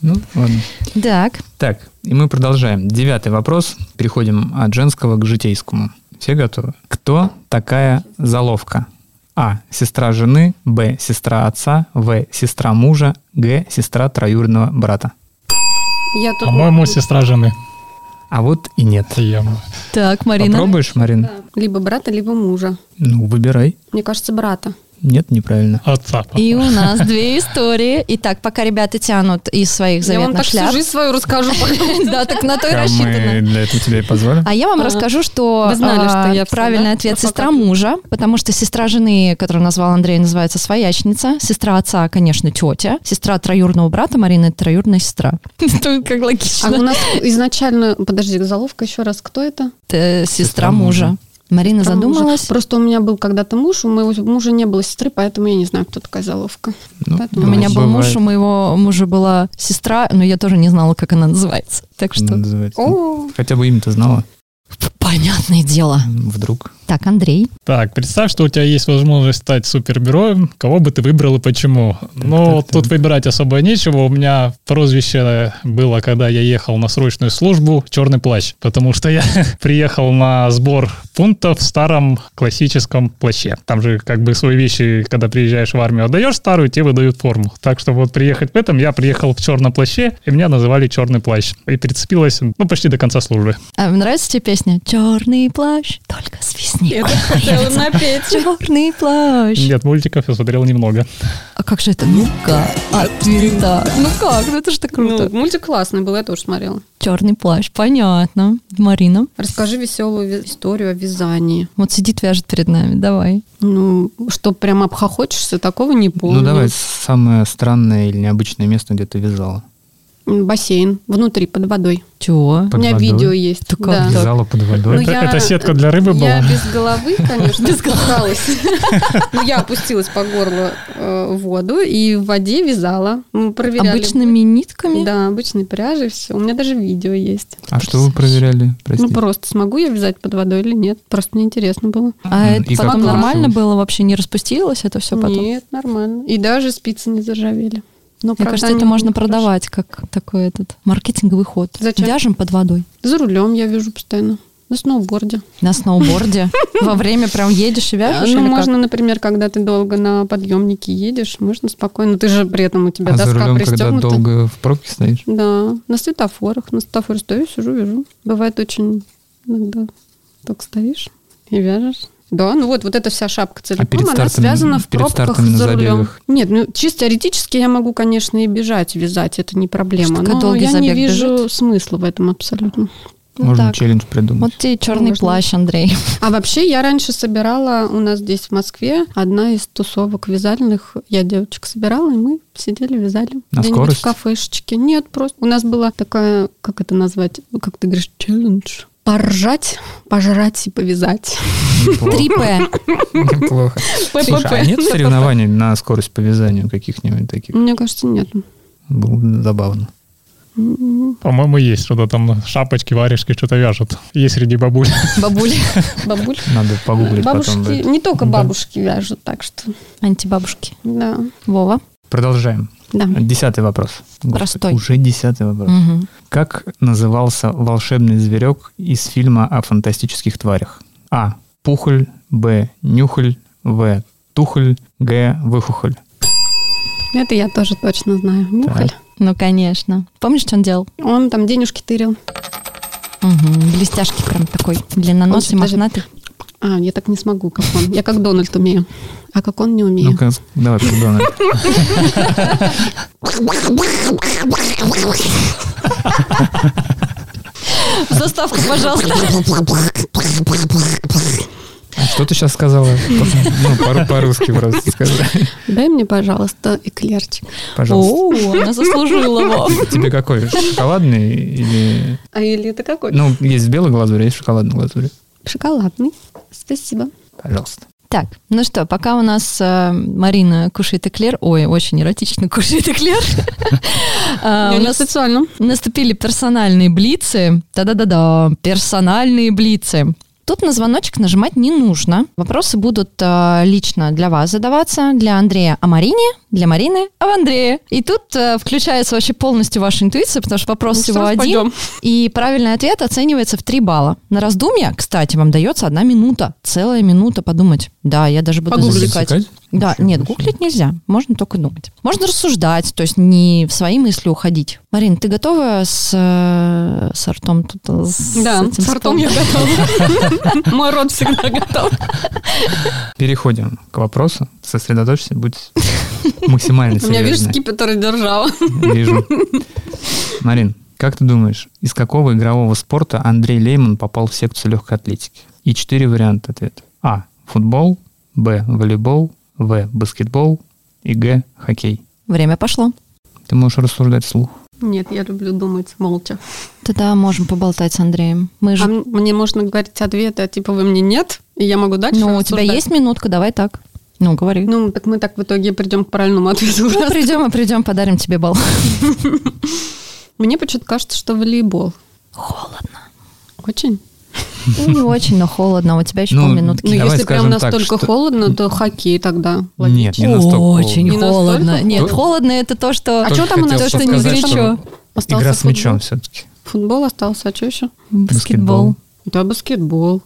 Speaker 5: Ну, ладно.
Speaker 4: Так,
Speaker 5: Так, и мы продолжаем. Девятый вопрос. Переходим от женского к житейскому. Все готовы? Кто такая заловка? А. Сестра жены. Б. Сестра отца. В. Сестра мужа. Г. Сестра троюродного брата.
Speaker 6: Я тут...
Speaker 8: По-моему, сестра жены.
Speaker 5: А вот и нет.
Speaker 8: Ем.
Speaker 4: так, Марина.
Speaker 5: Попробуешь, Марин?
Speaker 6: Либо брата, либо мужа.
Speaker 5: Ну, выбирай.
Speaker 6: Мне кажется, брата.
Speaker 5: Нет, неправильно.
Speaker 8: Отца.
Speaker 4: И у нас две истории. Итак, пока ребята тянут из своих
Speaker 6: Я вам
Speaker 4: заветных
Speaker 6: так всю
Speaker 4: шляп.
Speaker 6: жизнь свою расскажу.
Speaker 4: Да, так на то и
Speaker 5: А мы
Speaker 4: рассчитано.
Speaker 5: для этого тебе и позвали.
Speaker 4: А я вам
Speaker 6: А.
Speaker 4: расскажу, что,
Speaker 6: Вы знали, что
Speaker 4: а,
Speaker 6: я псу,
Speaker 4: правильный
Speaker 6: да?
Speaker 4: ответ
Speaker 6: Про
Speaker 4: сестра
Speaker 6: собак.
Speaker 4: мужа, потому что сестра жены, которую назвал Андрей, называется своячница, сестра отца, конечно, тетя, сестра троюрного брата Марина, это троюрная сестра. Это как
Speaker 6: А у
Speaker 4: логично.
Speaker 6: нас изначально... Подожди, заловка еще раз. Кто это?
Speaker 4: Это Э, сестра мужа. Марина
Speaker 6: Про мужа.
Speaker 4: задумалась.
Speaker 6: Просто у меня был когда-то муж, у моего мужа не было сестры, поэтому я не знаю, кто такая заловка.
Speaker 5: Ну,
Speaker 6: Поэтому-
Speaker 4: У меня был
Speaker 5: бывает.
Speaker 4: муж, у моего мужа была сестра, но я тоже не знала, как она называется. Так что
Speaker 5: Называется.
Speaker 6: О,
Speaker 5: Хотя бы имя-то знала.
Speaker 4: понятное дело.
Speaker 5: Вдруг.
Speaker 4: Так, Андрей.
Speaker 8: Так, представь, что у тебя есть возможность стать супергероем. Кого бы ты выбрал и почему? Но
Speaker 5: так,
Speaker 8: тут выбирать особо нечего. У меня прозвище было, когда я ехал на срочную службу, черный плащ. Потому что я приехал на сбор пункта в старом классическом плаще. Там же как бы свои вещи, когда приезжаешь в армию, отдаешь старую, тебе выдают форму. Так что вот приехать в этом, я приехал в черном плаще, и меня называли черный плащ. И прицепилось, ну, почти до конца службы.
Speaker 4: А, нравится тебе песня? Черный плащ, только свистни. Черный плащ.
Speaker 8: Нет, мультиков я смотрел немного.
Speaker 4: А как же это? Ну-ка, отверта. Ну как? Ну это же так круто.
Speaker 6: Ну, мультик классный был, я тоже смотрела.
Speaker 4: Черный плащ, понятно. Марина.
Speaker 6: Расскажи веселую историю о вязании.
Speaker 4: Вот сидит, вяжет перед нами. Давай.
Speaker 6: Ну, что прям обхохочешься, такого не помню.
Speaker 5: Ну, давай, самое странное или необычное место, где ты вязала.
Speaker 6: М, Бассейн, внутри, под водой.
Speaker 4: Чего?
Speaker 5: Под
Speaker 6: У меня
Speaker 5: водой?
Speaker 6: видео есть.
Speaker 4: Так как
Speaker 6: да.
Speaker 4: так?
Speaker 5: Вязала под водой.
Speaker 6: Ну,
Speaker 8: это,
Speaker 6: я-
Speaker 8: это сетка для рыбы была?
Speaker 6: Я без головы, конечно, спускалась. Ну, я опустилась по горло э, в воду и в воде вязала. Мы проверяли.
Speaker 4: Обычными нитками?
Speaker 6: Да, обычной пряжей, все. У меня даже видео есть.
Speaker 5: А что вы проверяли?
Speaker 6: Ну,
Speaker 5: Простите.
Speaker 6: просто смогу я вязать под водой или нет. Просто мне интересно было.
Speaker 4: А
Speaker 5: М,
Speaker 4: это
Speaker 5: и как
Speaker 4: потом
Speaker 5: получилось?
Speaker 4: нормально было? Вообще не распустилось это все потом?
Speaker 6: Нет, нормально. И даже спицы не заржавели. Но,
Speaker 4: Мне
Speaker 6: правда,
Speaker 4: кажется,
Speaker 6: они
Speaker 4: это можно
Speaker 6: хорошие.
Speaker 4: продавать как такой этот маркетинговый ход.
Speaker 6: Зачем?
Speaker 4: Вяжем под водой.
Speaker 6: За рулем я вижу постоянно. На сноуборде.
Speaker 4: На сноуборде. Во время прям едешь и вяжешь? или
Speaker 6: ну,
Speaker 4: как?
Speaker 6: можно, например, когда ты долго на подъемнике едешь, можно спокойно. Ты же при этом у тебя
Speaker 5: а за
Speaker 6: доска
Speaker 5: рулем, когда
Speaker 6: пристегнута.
Speaker 5: долго в пробке стоишь?
Speaker 6: Да, на светофорах. На светофоре стою, сижу, вяжу. Бывает очень иногда так стоишь и вяжешь. Да, ну вот, вот эта вся шапка целиком,
Speaker 5: А перед
Speaker 6: она
Speaker 5: стартами-
Speaker 6: связана в
Speaker 5: перед
Speaker 6: пробках
Speaker 5: стартами на
Speaker 6: за рулем.
Speaker 5: забегах?
Speaker 6: Нет, ну чисто теоретически я могу, конечно, и бежать, вязать, это не проблема.
Speaker 4: Что такое
Speaker 6: но
Speaker 4: долгий
Speaker 6: я не
Speaker 4: забег
Speaker 6: вижу
Speaker 4: бежит?
Speaker 6: смысла в этом абсолютно.
Speaker 4: Ну,
Speaker 5: Можно
Speaker 4: так.
Speaker 5: челлендж придумать.
Speaker 4: Вот тебе черный
Speaker 6: Можно.
Speaker 4: плащ, Андрей.
Speaker 6: А вообще я раньше собирала у нас здесь в Москве одна из тусовок вязальных. Я девочек собирала, и мы сидели, вязали.
Speaker 5: На
Speaker 6: Где-нибудь
Speaker 5: скорость?
Speaker 6: в кафешечке. Нет, просто у нас была такая, как это назвать, Ну, как ты говоришь, челлендж. Поржать, пожрать и повязать.
Speaker 5: Неплохо.
Speaker 4: Три П.
Speaker 5: Неплохо. Слушай, а нет соревнований на скорость по вязанию каких-нибудь таких?
Speaker 6: Мне кажется, нет.
Speaker 5: Было бы забавно.
Speaker 8: По-моему, есть что-то там шапочки, варежки, что-то вяжут. Есть среди бабуль.
Speaker 4: Бабуля.
Speaker 6: Бабульки.
Speaker 5: Надо погуглить потом.
Speaker 6: Бабушки,
Speaker 5: будет.
Speaker 6: не только
Speaker 5: Да.
Speaker 6: бабушки вяжут, так что,
Speaker 4: Антибабушки.
Speaker 6: да.
Speaker 4: Вова.
Speaker 5: Продолжаем.
Speaker 6: Да.
Speaker 5: Десятый вопрос. Господи,
Speaker 4: Простой.
Speaker 5: Уже десятый вопрос.
Speaker 4: Мгм.
Speaker 5: Как назывался волшебный зверек из фильма о фантастических тварях? А. Пухоль. Б. Нюхоль. В. Тухоль. Г. Выхухоль.
Speaker 6: Это я тоже точно знаю. Нюхаль.
Speaker 4: Ну, конечно. Помнишь, что он делал?
Speaker 6: Он там денежки тырил.
Speaker 4: Мгм. Блестяшки прям такой длинноносый,
Speaker 6: Он даже-
Speaker 4: мохнатый.
Speaker 6: А, я так не смогу, как он. Я как Дональд умею, а как он не умею.
Speaker 5: Ну-ка, давай, пардон.
Speaker 4: Заставку, пожалуйста.
Speaker 5: Что ты сейчас сказала? Ну, пару- по-русски просто скажи.
Speaker 6: Дай мне, пожалуйста, эклерчик.
Speaker 5: Пожалуйста.
Speaker 4: О, она заслужила его.
Speaker 5: Тебе какой? Шоколадный или...
Speaker 6: А или это какой?
Speaker 5: Ну, есть в белой глазури, есть в шоколадной глазури.
Speaker 6: Шоколадный. Спасибо.
Speaker 5: Пожалуйста.
Speaker 4: Так, ну что, пока у нас э, Марина кушает эклер. Ой, очень эротично кушает эклер. А,
Speaker 6: Я
Speaker 4: у
Speaker 6: не
Speaker 4: нас
Speaker 6: специально.
Speaker 4: Наступили персональные блицы. Да-да-да-да, персональные блицы. Тут на звоночек нажимать не нужно. Вопросы будут э, лично для вас задаваться, для Андрея о Марине, для Марины об Андрее. И тут э, включается вообще полностью ваша интуиция, потому что вопрос
Speaker 6: Ну,
Speaker 4: всего
Speaker 6: сразу
Speaker 4: один.
Speaker 6: пойдем.
Speaker 4: И правильный ответ оценивается в 3 балла. На раздумье, кстати, вам дается одна минута. Целая минута подумать. Да, я даже буду
Speaker 6: Погуглить.
Speaker 4: засекать. Да, нет, гуглить нельзя. Можно только думать. Можно рассуждать, то есть не в свои мысли уходить. Марин, ты готова с, э, с артом тут? С
Speaker 6: Да,
Speaker 4: этим
Speaker 6: с ртом я
Speaker 4: спором?
Speaker 6: готова. Мой рот всегда готов.
Speaker 5: Переходим к вопросу. Сосредоточься, будь максимально
Speaker 6: У меня, видишь,
Speaker 5: серьезной.
Speaker 6: скипетр и держава.
Speaker 5: Вижу. Марин, как ты думаешь, из какого игрового спорта Андрей Лейман попал в секцию легкой атлетики? И четыре варианта ответа. А. Футбол. Б. Волейбол. В. Баскетбол. И Г. Хоккей.
Speaker 4: Время пошло.
Speaker 5: Ты можешь рассуждать вслух.
Speaker 6: Нет, я люблю думать молча.
Speaker 4: Тогда можем поболтать с Андреем. Мы же...
Speaker 6: А м- мне можно говорить ответы, а типа вы мне нет, и я могу дальше
Speaker 4: ну, у тебя
Speaker 6: рассуждать?
Speaker 4: есть минутка, давай так. Ну, говори.
Speaker 6: Ну, так мы так в итоге придем к правильному ответу.
Speaker 4: Ну, придем и придем, подарим тебе балл.
Speaker 6: Мне почему-то кажется, что волейбол.
Speaker 4: Холодно.
Speaker 6: Очень.
Speaker 4: Ну, Не очень, но холодно. А У тебя еще
Speaker 5: Ну,
Speaker 6: Ну,
Speaker 4: полминутки.
Speaker 5: Давай
Speaker 6: если прям
Speaker 5: скажем так,
Speaker 6: настолько
Speaker 5: что-
Speaker 6: холодно, то хоккей тогда.
Speaker 5: Нет, не настолько.
Speaker 4: Очень
Speaker 6: Не
Speaker 4: холодно.
Speaker 6: настолько
Speaker 4: Нет,
Speaker 5: холодно?
Speaker 4: холодно это то, что...
Speaker 6: А чё там у нас?
Speaker 4: То,
Speaker 5: хотел
Speaker 4: что не
Speaker 5: сказать,
Speaker 4: горячо.
Speaker 6: Остался
Speaker 5: Игра с
Speaker 6: футбол.
Speaker 5: мячом все-таки.
Speaker 6: Футбол остался, а что еще?
Speaker 4: Баскетбол.
Speaker 6: Да, баскетбол.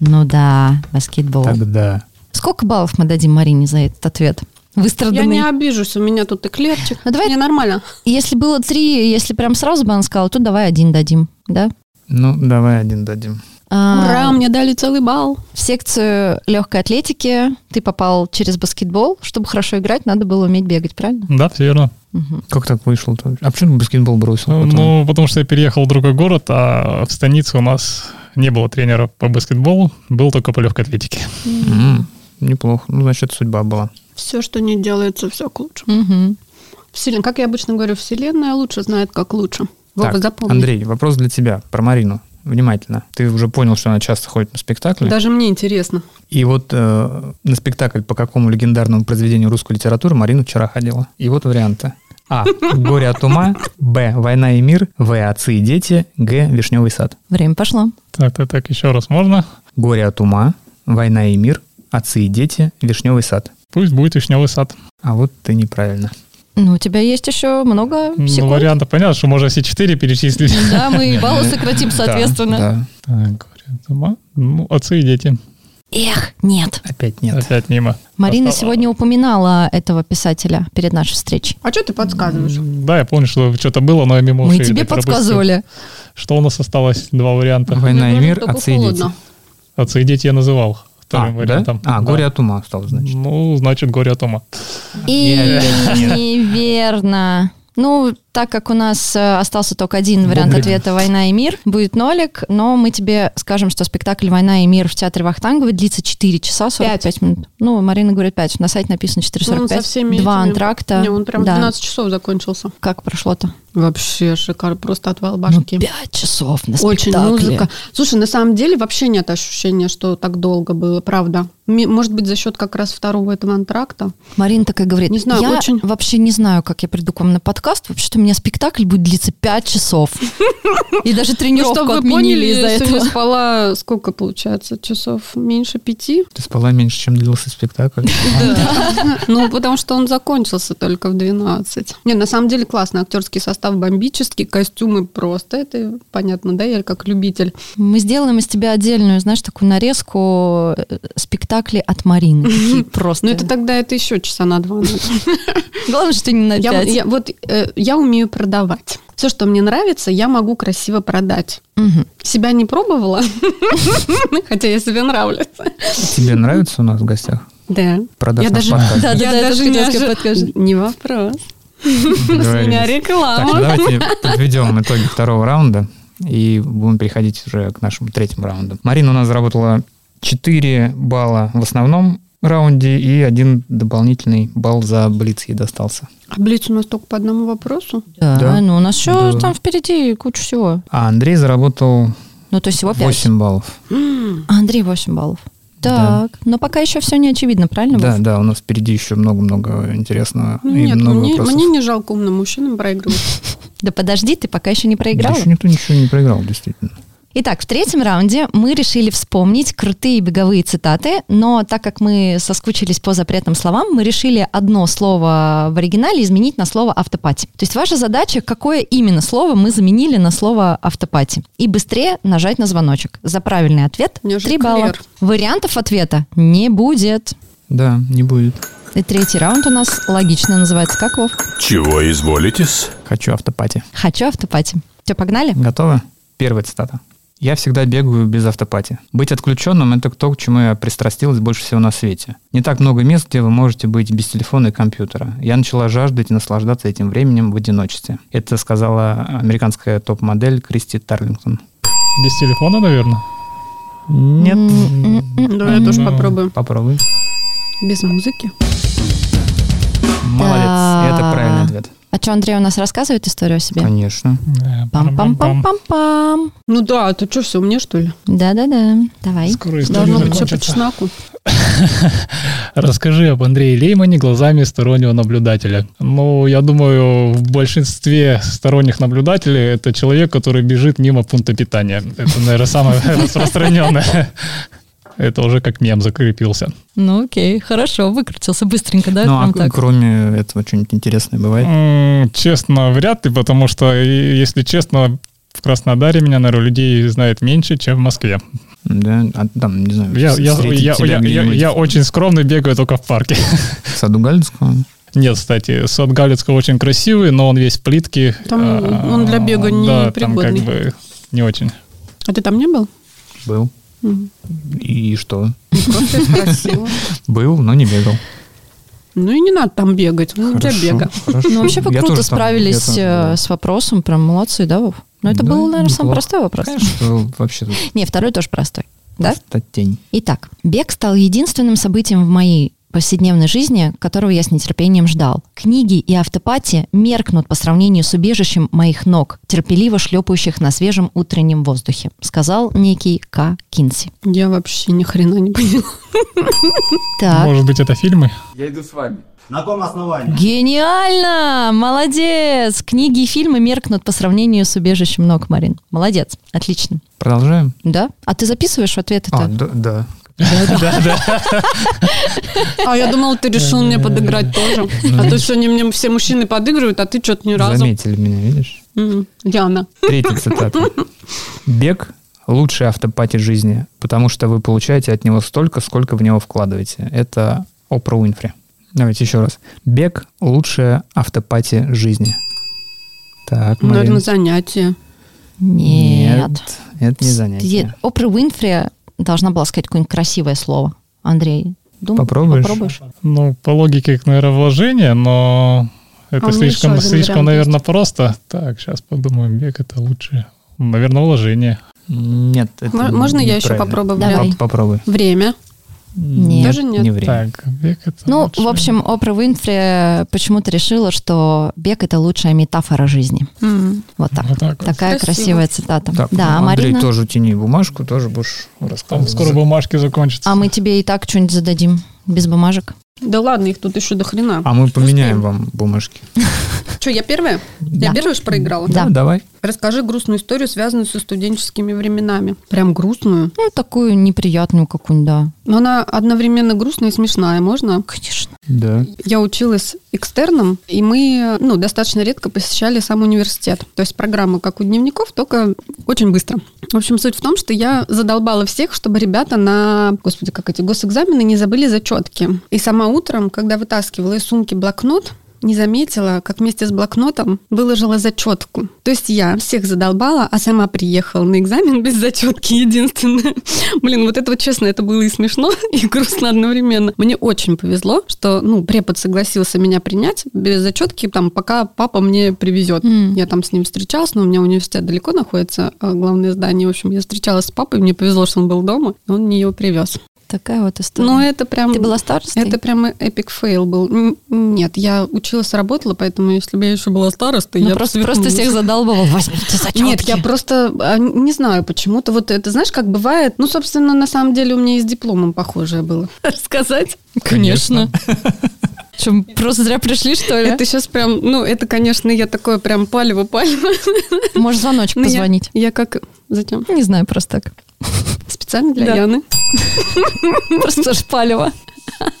Speaker 4: Ну да, баскетбол.
Speaker 5: Тогда.
Speaker 4: Сколько баллов мы дадим Марине за этот ответ?
Speaker 6: Я
Speaker 4: Выстраданный.
Speaker 6: не обижусь, у меня тут эклерчик.
Speaker 4: Ну, давай-
Speaker 6: Мне нормально.
Speaker 4: Если было три, если прям сразу бы она сказала, то давай один дадим, да?
Speaker 5: Ну, давай один дадим.
Speaker 4: А,
Speaker 6: Ура, мне дали целый балл.
Speaker 4: В секцию легкой атлетики ты попал через баскетбол. Чтобы хорошо играть, надо было уметь бегать, правильно?
Speaker 8: Да, все верно.
Speaker 4: Мгм.
Speaker 5: Как так вышло? -то? А почему ты баскетбол бросил? потом?
Speaker 8: Ну, потому что я переехал в другой город, а в станице у нас не было тренера по баскетболу, был только по легкой атлетике.
Speaker 5: М, неплохо. Ну, значит, судьба была.
Speaker 6: Все, что не делается, все к лучшему.
Speaker 4: Мгм.
Speaker 6: Вселен- Как я обычно говорю, вселенная лучше знает, как лучше. Вова,
Speaker 5: так,
Speaker 6: запомни.
Speaker 5: Андрей, вопрос для тебя про Марину. Внимательно. Ты уже понял, что она часто ходит на спектакли.
Speaker 6: Даже мне интересно.
Speaker 5: И вот э, на спектакль по какому легендарному произведению русской литературы Марина вчера ходила. И вот варианты. А. Горе от ума. Б. Война и мир. В. Отцы и дети. Г. Вишневый сад.
Speaker 4: Время пошло.
Speaker 8: Так, так, так, еще раз можно.
Speaker 5: Горе от ума. Война и мир. Отцы и дети. Вишневый сад.
Speaker 8: Пусть будет вишневый сад.
Speaker 5: А вот ты неправильно.
Speaker 4: Ну, у тебя есть еще много
Speaker 8: Ну,
Speaker 4: секунд.
Speaker 8: вариантов понятно, что можно все четыре перечислить.
Speaker 4: да, мы баллы сократим, соответственно.
Speaker 5: Да, да.
Speaker 8: Так, говорит, ума. Ну, отцы и дети.
Speaker 4: Эх, нет.
Speaker 5: Опять нет.
Speaker 8: Опять мимо.
Speaker 4: Марина
Speaker 8: Осталось.
Speaker 4: сегодня упоминала этого писателя перед нашей встречей.
Speaker 6: А что ты подсказываешь?
Speaker 8: Да, я помню, что что-то было, но я мимо
Speaker 4: Мы
Speaker 8: ушей
Speaker 4: тебе
Speaker 8: это пропустил.
Speaker 4: подсказывали.
Speaker 8: Что у нас осталось? Два варианта.
Speaker 5: Война и
Speaker 6: Мне
Speaker 5: мир.
Speaker 6: тоже
Speaker 5: Отцы и
Speaker 6: только
Speaker 5: дети.
Speaker 6: холодно.
Speaker 8: Отцы и дети я называл
Speaker 5: А,
Speaker 8: вторым
Speaker 5: да?
Speaker 8: вариантом.
Speaker 5: а,
Speaker 8: Да.
Speaker 5: горе от ума стало, значит.
Speaker 8: Ну, значит, горе от ума.
Speaker 4: И
Speaker 5: опять
Speaker 4: неверно. Ну, так как у нас э, остался только один вариант
Speaker 5: Бублик.
Speaker 4: ответа «Война и мир», будет нолик, но мы тебе скажем, что спектакль «Война и мир» в театре Вахтангова длится 4 часа 45 минут. Ну, Марина говорит 5, на сайте написано 4,45.
Speaker 6: Ну, он со всеми
Speaker 4: Два
Speaker 6: этими-
Speaker 4: антракта.
Speaker 6: Не, он прям в
Speaker 4: Да.
Speaker 6: 12 часов закончился.
Speaker 4: Как прошло-то?
Speaker 6: Вообще шикарно, просто отвал
Speaker 4: Ну,
Speaker 6: башки.
Speaker 4: 5 часов на
Speaker 6: Очень ну,
Speaker 4: спектакле.
Speaker 6: музыка. Слушай, на самом деле вообще нет ощущения, что так долго было, правда. Ми- Может быть, за счет как раз второго этого антракта.
Speaker 4: Марина такая говорит,
Speaker 6: Не знаю,
Speaker 4: я
Speaker 6: очень-
Speaker 4: вообще не знаю, как я приду к вам на подкаст, вообще-то у меня спектакль будет длиться 5 часов. И даже тренировку
Speaker 6: чтобы Ну, вы
Speaker 4: отменили
Speaker 6: поняли,
Speaker 4: из-за
Speaker 6: я
Speaker 4: этого.
Speaker 6: сегодня спала сколько получается? Часов меньше пяти?
Speaker 5: Ты спала меньше, чем длился спектакль. А
Speaker 6: Ну, потому что он закончился только в 12. Не, на самом деле классный актерский состав бомбический, костюмы просто. Это понятно, да, я как любитель.
Speaker 4: Мы сделаем из тебя отдельную, знаешь, такую нарезку э, спектаклей от Марины. Такие Просто.
Speaker 6: Но Ну, это тогда это еще часа на два. надо.
Speaker 4: Главное, что не на
Speaker 6: Я,
Speaker 4: пять.
Speaker 6: вот- я- вот э, я умею продавать. Все, что мне нравится, я могу красиво продать.
Speaker 4: Мгм.
Speaker 6: Себя не пробовала, хотя я себе нравлюсь.
Speaker 5: Тебе нравится у нас в гостях?
Speaker 6: Да.
Speaker 5: Продаж
Speaker 6: Я
Speaker 5: наш
Speaker 6: даже-
Speaker 5: подкаст.
Speaker 4: Да, да, да,
Speaker 6: Я
Speaker 4: я
Speaker 6: даже
Speaker 4: тоже
Speaker 6: не
Speaker 4: хотела сказать,
Speaker 6: ожи-
Speaker 4: подкажи.
Speaker 6: Не вопрос. С меня
Speaker 5: Договорились. Так,
Speaker 6: реклама.
Speaker 5: давайте подведем итоги второго раунда и будем переходить уже к нашему третьему раунду. Марина у нас заработала 4 балла в основном раунде и один дополнительный балл за блиц ей достался.
Speaker 6: А Блиц у нас только по одному вопросу.
Speaker 4: Да,
Speaker 5: Да.
Speaker 4: ну у нас еще
Speaker 5: Да.
Speaker 4: там впереди куча всего.
Speaker 5: А Андрей заработал
Speaker 4: Ну, то есть всего пять.
Speaker 5: 8 баллов.
Speaker 4: А Андрей 8 баллов.
Speaker 5: Да.
Speaker 4: Так, но пока еще все не очевидно, правильно?
Speaker 5: Да,
Speaker 4: Вов?
Speaker 5: да, у нас впереди еще много-много интересного
Speaker 6: Ну,
Speaker 5: и
Speaker 6: Нет,
Speaker 5: много
Speaker 6: мне
Speaker 5: вопросов.
Speaker 6: мне не жалко умным мужчинам проигрывать.
Speaker 4: да подожди, ты пока еще не проиграла.
Speaker 5: Да еще никто ничего не проиграл, действительно.
Speaker 4: Итак, в третьем раунде мы решили вспомнить крутые беговые цитаты, но так как мы соскучились по запретным словам, мы решили одно слово в оригинале изменить на слово автопати. То есть ваша задача, какое именно слово мы заменили на слово автопати. И быстрее нажать на звоночек. За правильный ответ
Speaker 6: Мне уже
Speaker 4: 3 балла.
Speaker 6: эклер.
Speaker 4: Вариантов ответа не будет.
Speaker 5: Да, не будет.
Speaker 4: И третий раунд у нас логично называется как, Вов?
Speaker 1: Чего изволитесь?
Speaker 5: Хочу автопати.
Speaker 4: Хочу автопати. Все, погнали?
Speaker 5: Готовы? Первая цитата. Я всегда бегаю без автопати. Быть отключенным – это то, к чему я пристрастилась больше всего на свете. Не так много мест, где вы можете быть без телефона и компьютера. Я начала жаждать и наслаждаться этим временем в одиночестве. Это сказала американская топ-модель Кристи Тарлингтон.
Speaker 8: Без телефона, наверное?
Speaker 5: Нет.
Speaker 6: Давай я тоже попробую.
Speaker 5: Попробуй.
Speaker 6: Без музыки.
Speaker 5: Молодец. Это правильный ответ.
Speaker 4: А что, Андрей у нас рассказывает историю о себе?
Speaker 5: Конечно.
Speaker 8: Да,
Speaker 4: Пам-пам-пам-пам-пам.
Speaker 6: Ну да, ты что, все мне, что ли?
Speaker 4: Да-да-да. Давай.
Speaker 8: Скоро история
Speaker 6: Должно быть все по
Speaker 8: закончится.
Speaker 6: чесноку.
Speaker 8: Расскажи об Андрее Леймане глазами стороннего наблюдателя. Ну, я думаю, в большинстве сторонних наблюдателей это человек, который бежит мимо пункта питания. Это, наверное, самое распространенное. Это уже как мем закрепился.
Speaker 4: Ну окей, хорошо, выкрутился быстренько, да?
Speaker 5: ну, а
Speaker 4: прям так. Э.
Speaker 5: кроме этого, что-нибудь интересное бывает?
Speaker 8: М, Честно, вряд ли, потому что, и- если честно, в Краснодаре меня, наверное, людей знает меньше, чем в Москве.
Speaker 5: Да, а там, не знаю,
Speaker 8: Я, я-
Speaker 5: встретить
Speaker 8: я-
Speaker 5: тебя
Speaker 8: я- я-
Speaker 5: где-нибудь
Speaker 8: я очень скромный, бегаю только в парке.
Speaker 5: в саду Галицкого.
Speaker 8: Нет, кстати, сад Галицкого очень красивый, но он весь в плитке. А,
Speaker 6: Там он для бега не
Speaker 8: да, там как
Speaker 6: пригодный.
Speaker 8: бы не очень.
Speaker 6: А ты там не был?
Speaker 5: Был.
Speaker 6: Мгм.
Speaker 5: И что?
Speaker 6: Просто спросила.
Speaker 5: Был, но не бегал.
Speaker 6: Ну и не надо там бегать, ну, для
Speaker 5: Хорошо,
Speaker 6: бега.
Speaker 5: хорошо.
Speaker 4: Ну, вообще вы
Speaker 5: Я
Speaker 4: круто
Speaker 5: тоже там
Speaker 4: справились
Speaker 5: где-то,
Speaker 4: э,
Speaker 5: да.
Speaker 4: с вопросом, прям молодцы, да, Вов? Ну, это
Speaker 5: Да,
Speaker 4: был, наверное, самый
Speaker 5: неплохо.
Speaker 4: простой вопрос.
Speaker 5: Конечно, вообще тут
Speaker 4: Не, второй тоже простой, да?
Speaker 5: просто тень.
Speaker 4: Итак, бег стал единственным событием в моей повседневной жизни, которого я с нетерпением ждал. Книги и автопати меркнут по сравнению с убежищем моих ног, терпеливо шлепающих на свежем утреннем воздухе, сказал некий К. Кинси.
Speaker 6: Я вообще ни хрена не поняла.
Speaker 4: Так,
Speaker 8: Может быть, это фильмы?
Speaker 4: гениально! Молодец! Книги и фильмы меркнут по сравнению с убежищем ног, Марин. Молодец, отлично.
Speaker 5: Продолжаем?
Speaker 4: Да? А ты записываешь ответы-то?
Speaker 5: А, да, да.
Speaker 6: А я думала, ты решил
Speaker 5: Э,
Speaker 6: мне подыграть
Speaker 5: ну,
Speaker 6: тоже. А то сегодня мне все мужчины подыгрывают, а ты что-то ни разу.
Speaker 5: Заметили меня, видишь?
Speaker 6: М, Яна.
Speaker 5: Третья цитата. Бег – лучший автопати жизни, потому что вы получаете от него столько, сколько в него вкладываете. Это Опра Уинфри. Давайте еще раз. Бег – лучшая автопати жизни. Так, Марин.
Speaker 6: Наверное, занятие.
Speaker 4: Нет.
Speaker 5: Это не занятие.
Speaker 4: Где- Опра Уинфри должна была сказать какое-нибудь красивое слово. Андрей, дум-
Speaker 5: Попробуешь?
Speaker 4: попробуешь?
Speaker 8: Ну, по логике, наверное, вложение, но это
Speaker 6: А у меня
Speaker 8: слишком,
Speaker 6: еще один
Speaker 8: слишком,
Speaker 6: вариант
Speaker 8: наверное, просто. Так, сейчас подумаем, бег это лучше. Наверное, вложение.
Speaker 5: Нет, это
Speaker 6: М- можно я еще
Speaker 5: неправильно.
Speaker 6: попробую
Speaker 4: Давай.
Speaker 6: вариант?
Speaker 5: Поп- Попробуй.
Speaker 6: Время.
Speaker 4: Нет.
Speaker 6: Даже нет.
Speaker 5: Не время.
Speaker 8: Так, бег это
Speaker 4: Ну,
Speaker 8: лучше.
Speaker 4: в общем, Опра Уинфри почему-то решила, что бег – это лучшая метафора жизни.
Speaker 6: М.
Speaker 4: Вот так.
Speaker 8: Вот так вот.
Speaker 4: Такая
Speaker 6: Красиво.
Speaker 4: красивая цитата.
Speaker 5: Так,
Speaker 4: да, а
Speaker 5: ну, Андрей,
Speaker 4: Марина?
Speaker 5: тоже тяни бумажку, тоже будешь
Speaker 8: Там
Speaker 5: рассказывать.
Speaker 8: скоро бумажки закончатся.
Speaker 4: А мы тебе и так что-нибудь зададим без бумажек.
Speaker 6: Да ладно, их тут еще до хрена.
Speaker 5: А мы поменяем вам бумажки.
Speaker 6: Че, я первая?
Speaker 4: Да.
Speaker 6: Я первая же проиграла?
Speaker 4: Да.
Speaker 5: Ну, давай.
Speaker 6: Расскажи грустную историю, связанную со студенческими временами. Прям грустную?
Speaker 4: Ну, такую неприятную какую-нибудь, да.
Speaker 6: Но она одновременно грустная и смешная, можно?
Speaker 4: Конечно.
Speaker 5: Да.
Speaker 6: Я училась экстерном, и мы ну, достаточно редко посещали сам университет. То есть программа как у дневников, только очень быстро. В общем, суть в том, что я задолбала всех, чтобы ребята на, господи, как эти госэкзамены не забыли зачетки. И сама утром, когда вытаскивала из сумки блокнот, не заметила, как вместе с блокнотом выложила зачетку. То есть я всех задолбала, а сама приехала на экзамен без зачетки единственная. Блин, вот это вот честно, это было и смешно, и грустно одновременно. Мне очень повезло, что, ну, препод согласился меня принять без зачетки, там, пока папа мне привезет.
Speaker 4: М.
Speaker 6: Я там с ним встречалась, но у меня университет далеко находится, а главное здание. В общем, я встречалась с папой, мне повезло, что он был дома, и он мне ее привез.
Speaker 4: Такая вот история.
Speaker 6: Но это прям...
Speaker 4: Ты была старостой?
Speaker 6: Это прям эпик фейл был. Н- Нет, я училась, работала, поэтому если бы я еще была старостой,
Speaker 4: Ну,
Speaker 6: я бы
Speaker 4: просто, просто
Speaker 6: свернулась.
Speaker 4: всех задолбывал. Возьмите зачетки.
Speaker 6: Нет, я просто а, не знаю почему-то. Вот это, знаешь, как бывает. Ну, собственно, на самом деле у меня и с дипломом похожее было. Рассказать?
Speaker 4: Конечно. Чем просто зря пришли, что ли?
Speaker 6: Это сейчас прям, ну, это, конечно, я такое прям палево-палево.
Speaker 4: Можешь звоночек
Speaker 6: Но я-
Speaker 4: позвонить.
Speaker 6: Я как... Зачем?
Speaker 4: Ну, Не знаю, просто так.
Speaker 6: Специально для
Speaker 4: Да.
Speaker 6: Яны.
Speaker 4: Просто тоже палево.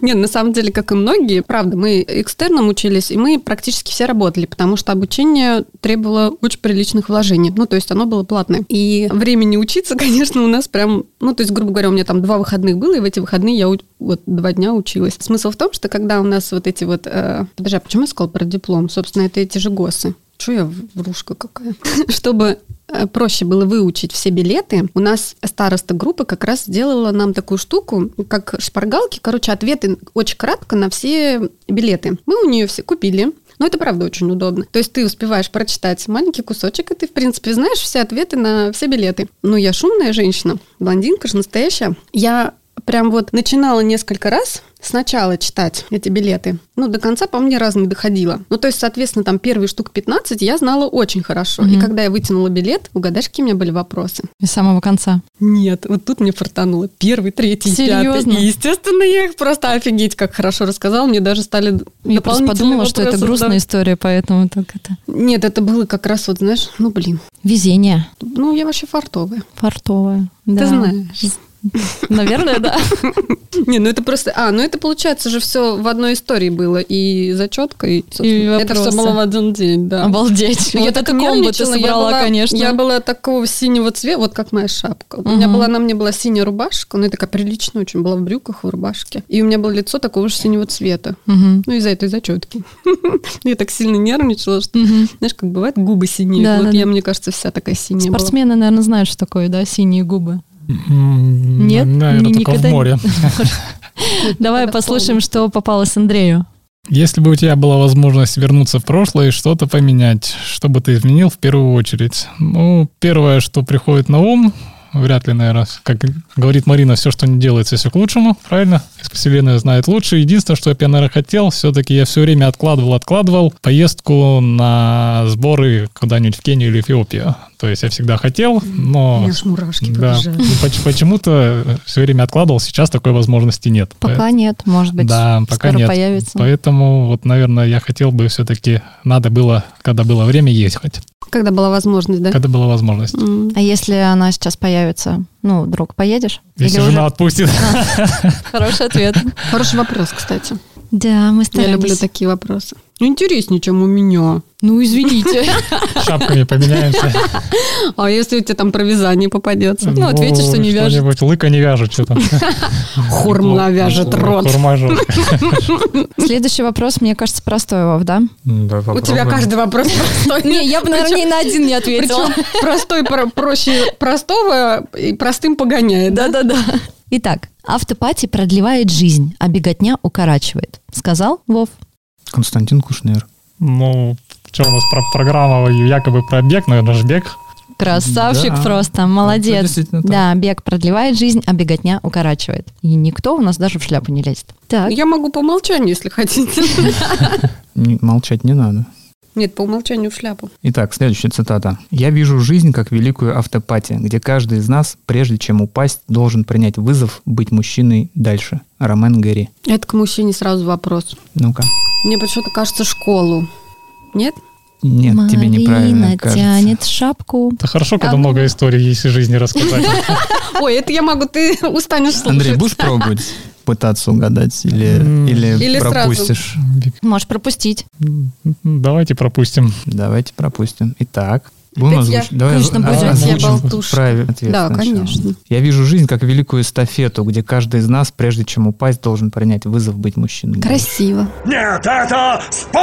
Speaker 6: Нет, на самом деле, как и многие, правда, мы экстерном учились, и мы практически все работали, потому что обучение требовало очень приличных вложений. Ну, то есть оно было платное. И времени учиться, конечно, у нас прям... Ну, то есть, грубо говоря, у меня там два выходных было, и в эти выходные я у- вот два дня училась. Смысл в том, что когда у нас вот эти вот... э, Подожди, а почему я сказала про диплом? Собственно, это эти же ГОСы. Че я врушка какая? Чтобы э, проще было выучить все билеты, у нас староста группы как раз сделала нам такую штуку, как шпаргалки, короче, ответы очень кратко на все билеты. Мы у нее все купили, но это правда очень удобно. То есть ты успеваешь прочитать маленький кусочек, и ты, в принципе, знаешь все ответы на все билеты. Ну, я шумная женщина, блондинка же настоящая. Я прям вот начинала несколько раз сначала читать эти билеты. Ну, до конца, по мне, раз не доходила. Ну, то есть, соответственно, там первые штук 15 я знала очень хорошо. И
Speaker 4: Мгм.
Speaker 6: когда я вытянула билет, угадаешь, какие у меня были вопросы?
Speaker 4: С самого конца.
Speaker 6: Нет, вот тут мне фартануло. Первый, третий,
Speaker 4: Серьезно?
Speaker 6: пятый. И, естественно, я их просто офигеть как хорошо рассказала. Мне даже стали
Speaker 4: Я просто подумала, что это грустная
Speaker 6: грустность.
Speaker 4: история, поэтому так это...
Speaker 6: Нет, это было как раз вот, знаешь, ну, блин.
Speaker 4: Везение
Speaker 6: Ну, я вообще фартовая.
Speaker 4: фартовое. да.
Speaker 6: Ты знаешь.
Speaker 4: Наверное, да.
Speaker 6: Не, ну это просто... А, ну это, получается же, все в одной истории было. И зачетка, и... собственно, это все
Speaker 4: вопросы.
Speaker 6: было в один день, да.
Speaker 4: Обалдеть.
Speaker 6: Ну,
Speaker 4: Вот это комбо ты
Speaker 6: нервничала, я
Speaker 4: собрала,
Speaker 6: была-
Speaker 4: конечно.
Speaker 6: Я была такого синего цвета, вот как моя шапка. У меня
Speaker 4: Мгм.
Speaker 6: была, на мне была синяя рубашка, ну и такая приличная очень, была в брюках, в рубашке. И у меня было лицо такого же синего цвета.
Speaker 4: Мгм.
Speaker 6: Ну, из-за этой зачетки. Я так сильно нервничала, что,
Speaker 4: Мгм.
Speaker 6: знаешь, как бывает, губы синие.
Speaker 4: Да,
Speaker 6: Вот
Speaker 4: да,
Speaker 6: я,
Speaker 4: да.
Speaker 6: мне кажется, вся такая синяя была.
Speaker 4: Спортсмены, наверное, знают, что такое, да, синие губы. Нет,
Speaker 8: Нет, наверное,
Speaker 4: ни-
Speaker 8: только
Speaker 4: никогда
Speaker 8: в
Speaker 4: не-
Speaker 8: море.
Speaker 4: Давай
Speaker 6: Тогда
Speaker 4: послушаем, что попалось Андрею.
Speaker 8: Если бы у тебя была возможность вернуться в прошлое и что-то поменять, что бы ты изменил в первую очередь? Ну, первое, что приходит на ум, вряд ли, наверное, как говорит Марина, все, что не делается, все к лучшему, правильно? Из Вселенная знает лучше. Единственное, что я, бы, я, наверное, хотел, все-таки я все время откладывал, откладывал поездку на сборы куда-нибудь в Кению или Эфиопию. То есть я всегда хотел,
Speaker 6: У
Speaker 8: но...
Speaker 6: меня аж мурашки
Speaker 8: Да, Ну,
Speaker 6: побежали.
Speaker 8: поч- почему-то все время откладывал, сейчас такой возможности нет.
Speaker 4: Пока нет, может быть,
Speaker 8: Да, пока
Speaker 4: скоро
Speaker 8: нет.
Speaker 4: появится.
Speaker 8: Поэтому, вот, наверное, я хотел бы все-таки, надо было, когда было время, ехать,
Speaker 6: Когда была возможность, да? Ну,
Speaker 8: когда была возможность.
Speaker 6: М.
Speaker 4: А если она сейчас появится? Ну, друг, поедешь?
Speaker 8: Если
Speaker 4: Или
Speaker 8: жена
Speaker 4: уже?
Speaker 8: отпустит.
Speaker 4: Хороший ответ.
Speaker 6: Хороший вопрос, кстати.
Speaker 4: Да, мы
Speaker 6: Я
Speaker 4: стараемся.
Speaker 6: люблю такие вопросы. Ну, Интереснее, чем у меня.
Speaker 4: Ну, извините.
Speaker 8: Шапками поменяемся.
Speaker 6: А если у тебя там про вязание попадется? Ну, ответишь, что не вяжет.
Speaker 8: что-нибудь. Лыка не вяжет, что там. Ну,
Speaker 6: Хурма вяжет рот.
Speaker 8: Хурма жжет.
Speaker 4: Следующий вопрос, мне кажется, простой, Вов, да?
Speaker 6: У тебя каждый вопрос простой.
Speaker 4: Не, я бы, наверное, ни на один не ответила.
Speaker 6: Причем простой про- проще простого и простым погоняет, да?
Speaker 4: Да-да-да. Итак, автопати продлевает жизнь, а беготня укорачивает. Сказал Вов?
Speaker 5: Константин Кушнер.
Speaker 8: Ну, в чем у нас про- программа якобы про бег, наверное, же бег.
Speaker 4: Красавчик
Speaker 5: Да.
Speaker 4: просто,
Speaker 5: Это
Speaker 4: молодец.
Speaker 5: действительно так.
Speaker 4: Да, бег продлевает жизнь, а беготня укорачивает. И никто у нас даже в шляпу не лезет. Так,
Speaker 6: Я могу по умолчанию, если хотите.
Speaker 5: Н- Молчать не надо.
Speaker 6: Нет, по умолчанию в шляпу.
Speaker 5: Итак, следующая цитата. «Я вижу жизнь как великую автопати, где каждый из нас, прежде чем упасть, должен принять вызов быть мужчиной дальше». Ромен Гэри.
Speaker 6: Это к мужчине сразу вопрос.
Speaker 5: Ну-ка.
Speaker 6: Мне почему-то кажется школу. Нет?
Speaker 5: Нет, тебе неправильно
Speaker 4: Марина
Speaker 5: кажется.
Speaker 4: тянет шапку.
Speaker 8: Это хорошо, когда много историй есть из жизни рассказать.
Speaker 6: Ой, это я могу, ты устанешь слушать.
Speaker 5: Андрей, будешь пробовать пытаться угадать или, или,
Speaker 6: Или сразу.
Speaker 5: пропустишь?
Speaker 4: Можешь пропустить.
Speaker 8: Давайте пропустим.
Speaker 5: Давайте пропустим. Итак. Будем
Speaker 6: Опять
Speaker 5: озвучить.
Speaker 6: я.
Speaker 5: Давай
Speaker 4: Конечно,
Speaker 5: озву-
Speaker 8: будем.
Speaker 5: озвучим
Speaker 8: Опять я
Speaker 6: болтушка.
Speaker 5: правильный ответ
Speaker 6: Да,
Speaker 5: сначала.
Speaker 6: конечно.
Speaker 5: Я вижу жизнь как великую эстафету, где каждый из нас, прежде чем упасть, должен принять вызов быть мужчиной.
Speaker 6: Красиво.
Speaker 1: Нет, это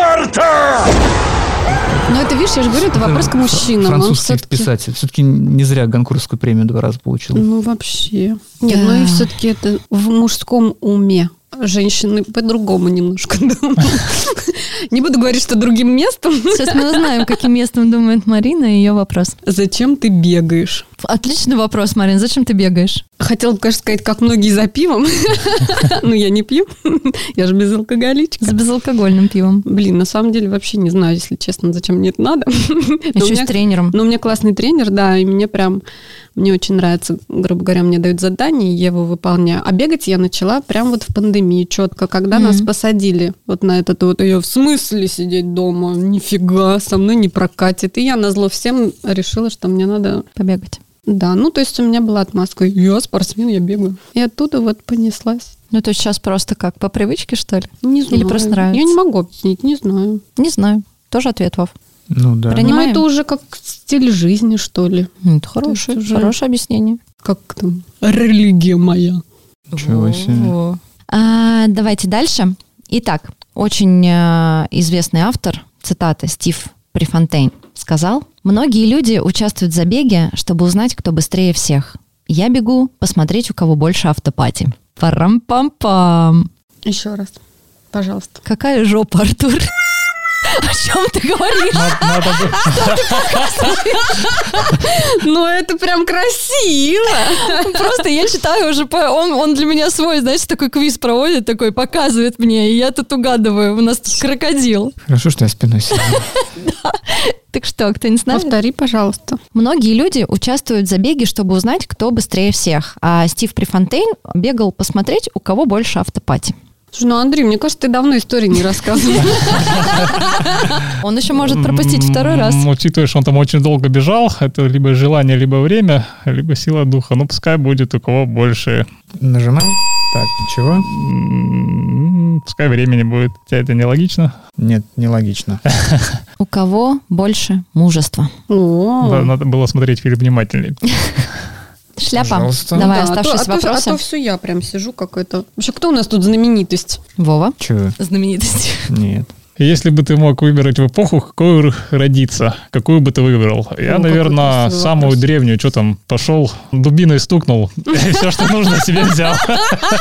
Speaker 1: Спарта!
Speaker 6: Но Ну, это, видишь, я же говорю, это вопрос к
Speaker 5: Фра-
Speaker 6: мужчинам. а Он
Speaker 5: Французский
Speaker 6: все-таки...
Speaker 5: писатель. Все-таки не зря Гонкурскую премию два раза получил.
Speaker 6: Ну, вообще. Нет,
Speaker 4: Да.
Speaker 6: ну и все-таки это в мужском уме. Женщины по-другому немножко думают. Не буду говорить, что другим местом.
Speaker 4: Сейчас мы узнаем, каким местом думает Марина и ее вопрос.
Speaker 6: Зачем ты бегаешь?
Speaker 4: Отличный вопрос, Марин. Зачем ты бегаешь?
Speaker 6: Хотела бы, конечно, сказать, как многие за пивом. Ну, я не пью. Я же
Speaker 4: С
Speaker 6: безалкоголичка.
Speaker 4: безалкогольным пивом.
Speaker 6: Блин, на самом деле вообще не знаю, если честно, зачем мне это надо. Но у
Speaker 4: Еще
Speaker 6: меня-
Speaker 4: с тренером.
Speaker 6: Но Ну, у меня классный тренер, да, и мне прям, мне очень нравится, грубо говоря, мне дают задание, я его выполняю. А бегать я начала прям вот в пандемии четко, когда нас
Speaker 4: Мгм.
Speaker 6: посадили вот на этот вот, я в смысле сидеть дома, нифига, со мной не прокатит. И я назло всем решила, что мне надо
Speaker 4: Побегать.
Speaker 6: Да, ну то есть у меня была отмазка. Я спортсмен, я бегаю. И оттуда вот понеслась.
Speaker 4: Ну, то есть сейчас просто как, по привычке, что ли?
Speaker 6: Не знаю.
Speaker 4: Или просто нравится?
Speaker 6: Я не могу объяснить, не знаю.
Speaker 4: Не знаю. Тоже ответ, Вов.
Speaker 5: Ну да.
Speaker 4: Прин- Понимаем.
Speaker 6: Ну, это уже как стиль жизни, что ли.
Speaker 4: Ну, Это хорошее,
Speaker 6: То есть уже-
Speaker 4: хорошее объяснение.
Speaker 6: Как там, религия моя.
Speaker 5: Ничего себе.
Speaker 4: Во. А, давайте дальше. Итак, очень э, известный автор, цитата Стив Префонтейн, сказал, «Многие люди участвуют в забеге, чтобы узнать, кто быстрее всех. Я бегу посмотреть, у кого больше автопати». Парам-пам-пам.
Speaker 6: Еще раз, пожалуйста.
Speaker 4: Какая жопа, Артур. О чем ты говоришь?
Speaker 8: Надо- надо бы-
Speaker 6: Ну, это прям красиво.
Speaker 4: Просто я читаю уже, по- он, он для меня свой, знаешь, такой квиз проводит, такой показывает мне, и я тут угадываю, у нас тут крокодил.
Speaker 5: Хорошо, что я спиной сижу.
Speaker 4: Так что, кто не знает?
Speaker 6: Повтори, пожалуйста.
Speaker 4: Многие люди участвуют в забеге, чтобы узнать, кто быстрее всех. А Стив Префонтейн бегал посмотреть, у кого больше автопати.
Speaker 6: Слушай, ну, Андрей, мне кажется, ты давно истории не рассказывал.
Speaker 4: Он еще может
Speaker 5: М-м-м.
Speaker 4: пропустить второй раз.
Speaker 8: М, Учитывая, что он там очень долго бежал, это либо желание, либо время, либо сила духа. Ну, пускай будет у кого больше.
Speaker 5: Нажимаем. Так, ничего.
Speaker 8: М, Пускай времени будет. Хотя это нелогично.
Speaker 5: Нет, нелогично.
Speaker 4: У кого больше мужества.
Speaker 8: Да,
Speaker 6: О,
Speaker 8: Надо было смотреть фильм внимательнее.
Speaker 4: Шляпа.
Speaker 5: Пожалуйста.
Speaker 4: Давай,
Speaker 6: Да, а то-
Speaker 4: оставшиеся
Speaker 6: а то-
Speaker 4: вопросы.
Speaker 6: А то все я прям сижу какой-то. Вообще, кто у нас тут знаменитость?
Speaker 4: Вова.
Speaker 5: Чего?
Speaker 4: Знаменитость.
Speaker 5: Нет.
Speaker 8: Если бы ты мог выбирать в эпоху, какую родиться, какую бы ты выбрал?
Speaker 6: О,
Speaker 8: Я,
Speaker 6: какой
Speaker 8: наверное,
Speaker 6: красивый
Speaker 8: самую
Speaker 6: вопрос.
Speaker 8: древнюю, что там, пошел, дубиной стукнул, и все, что нужно, себе взял.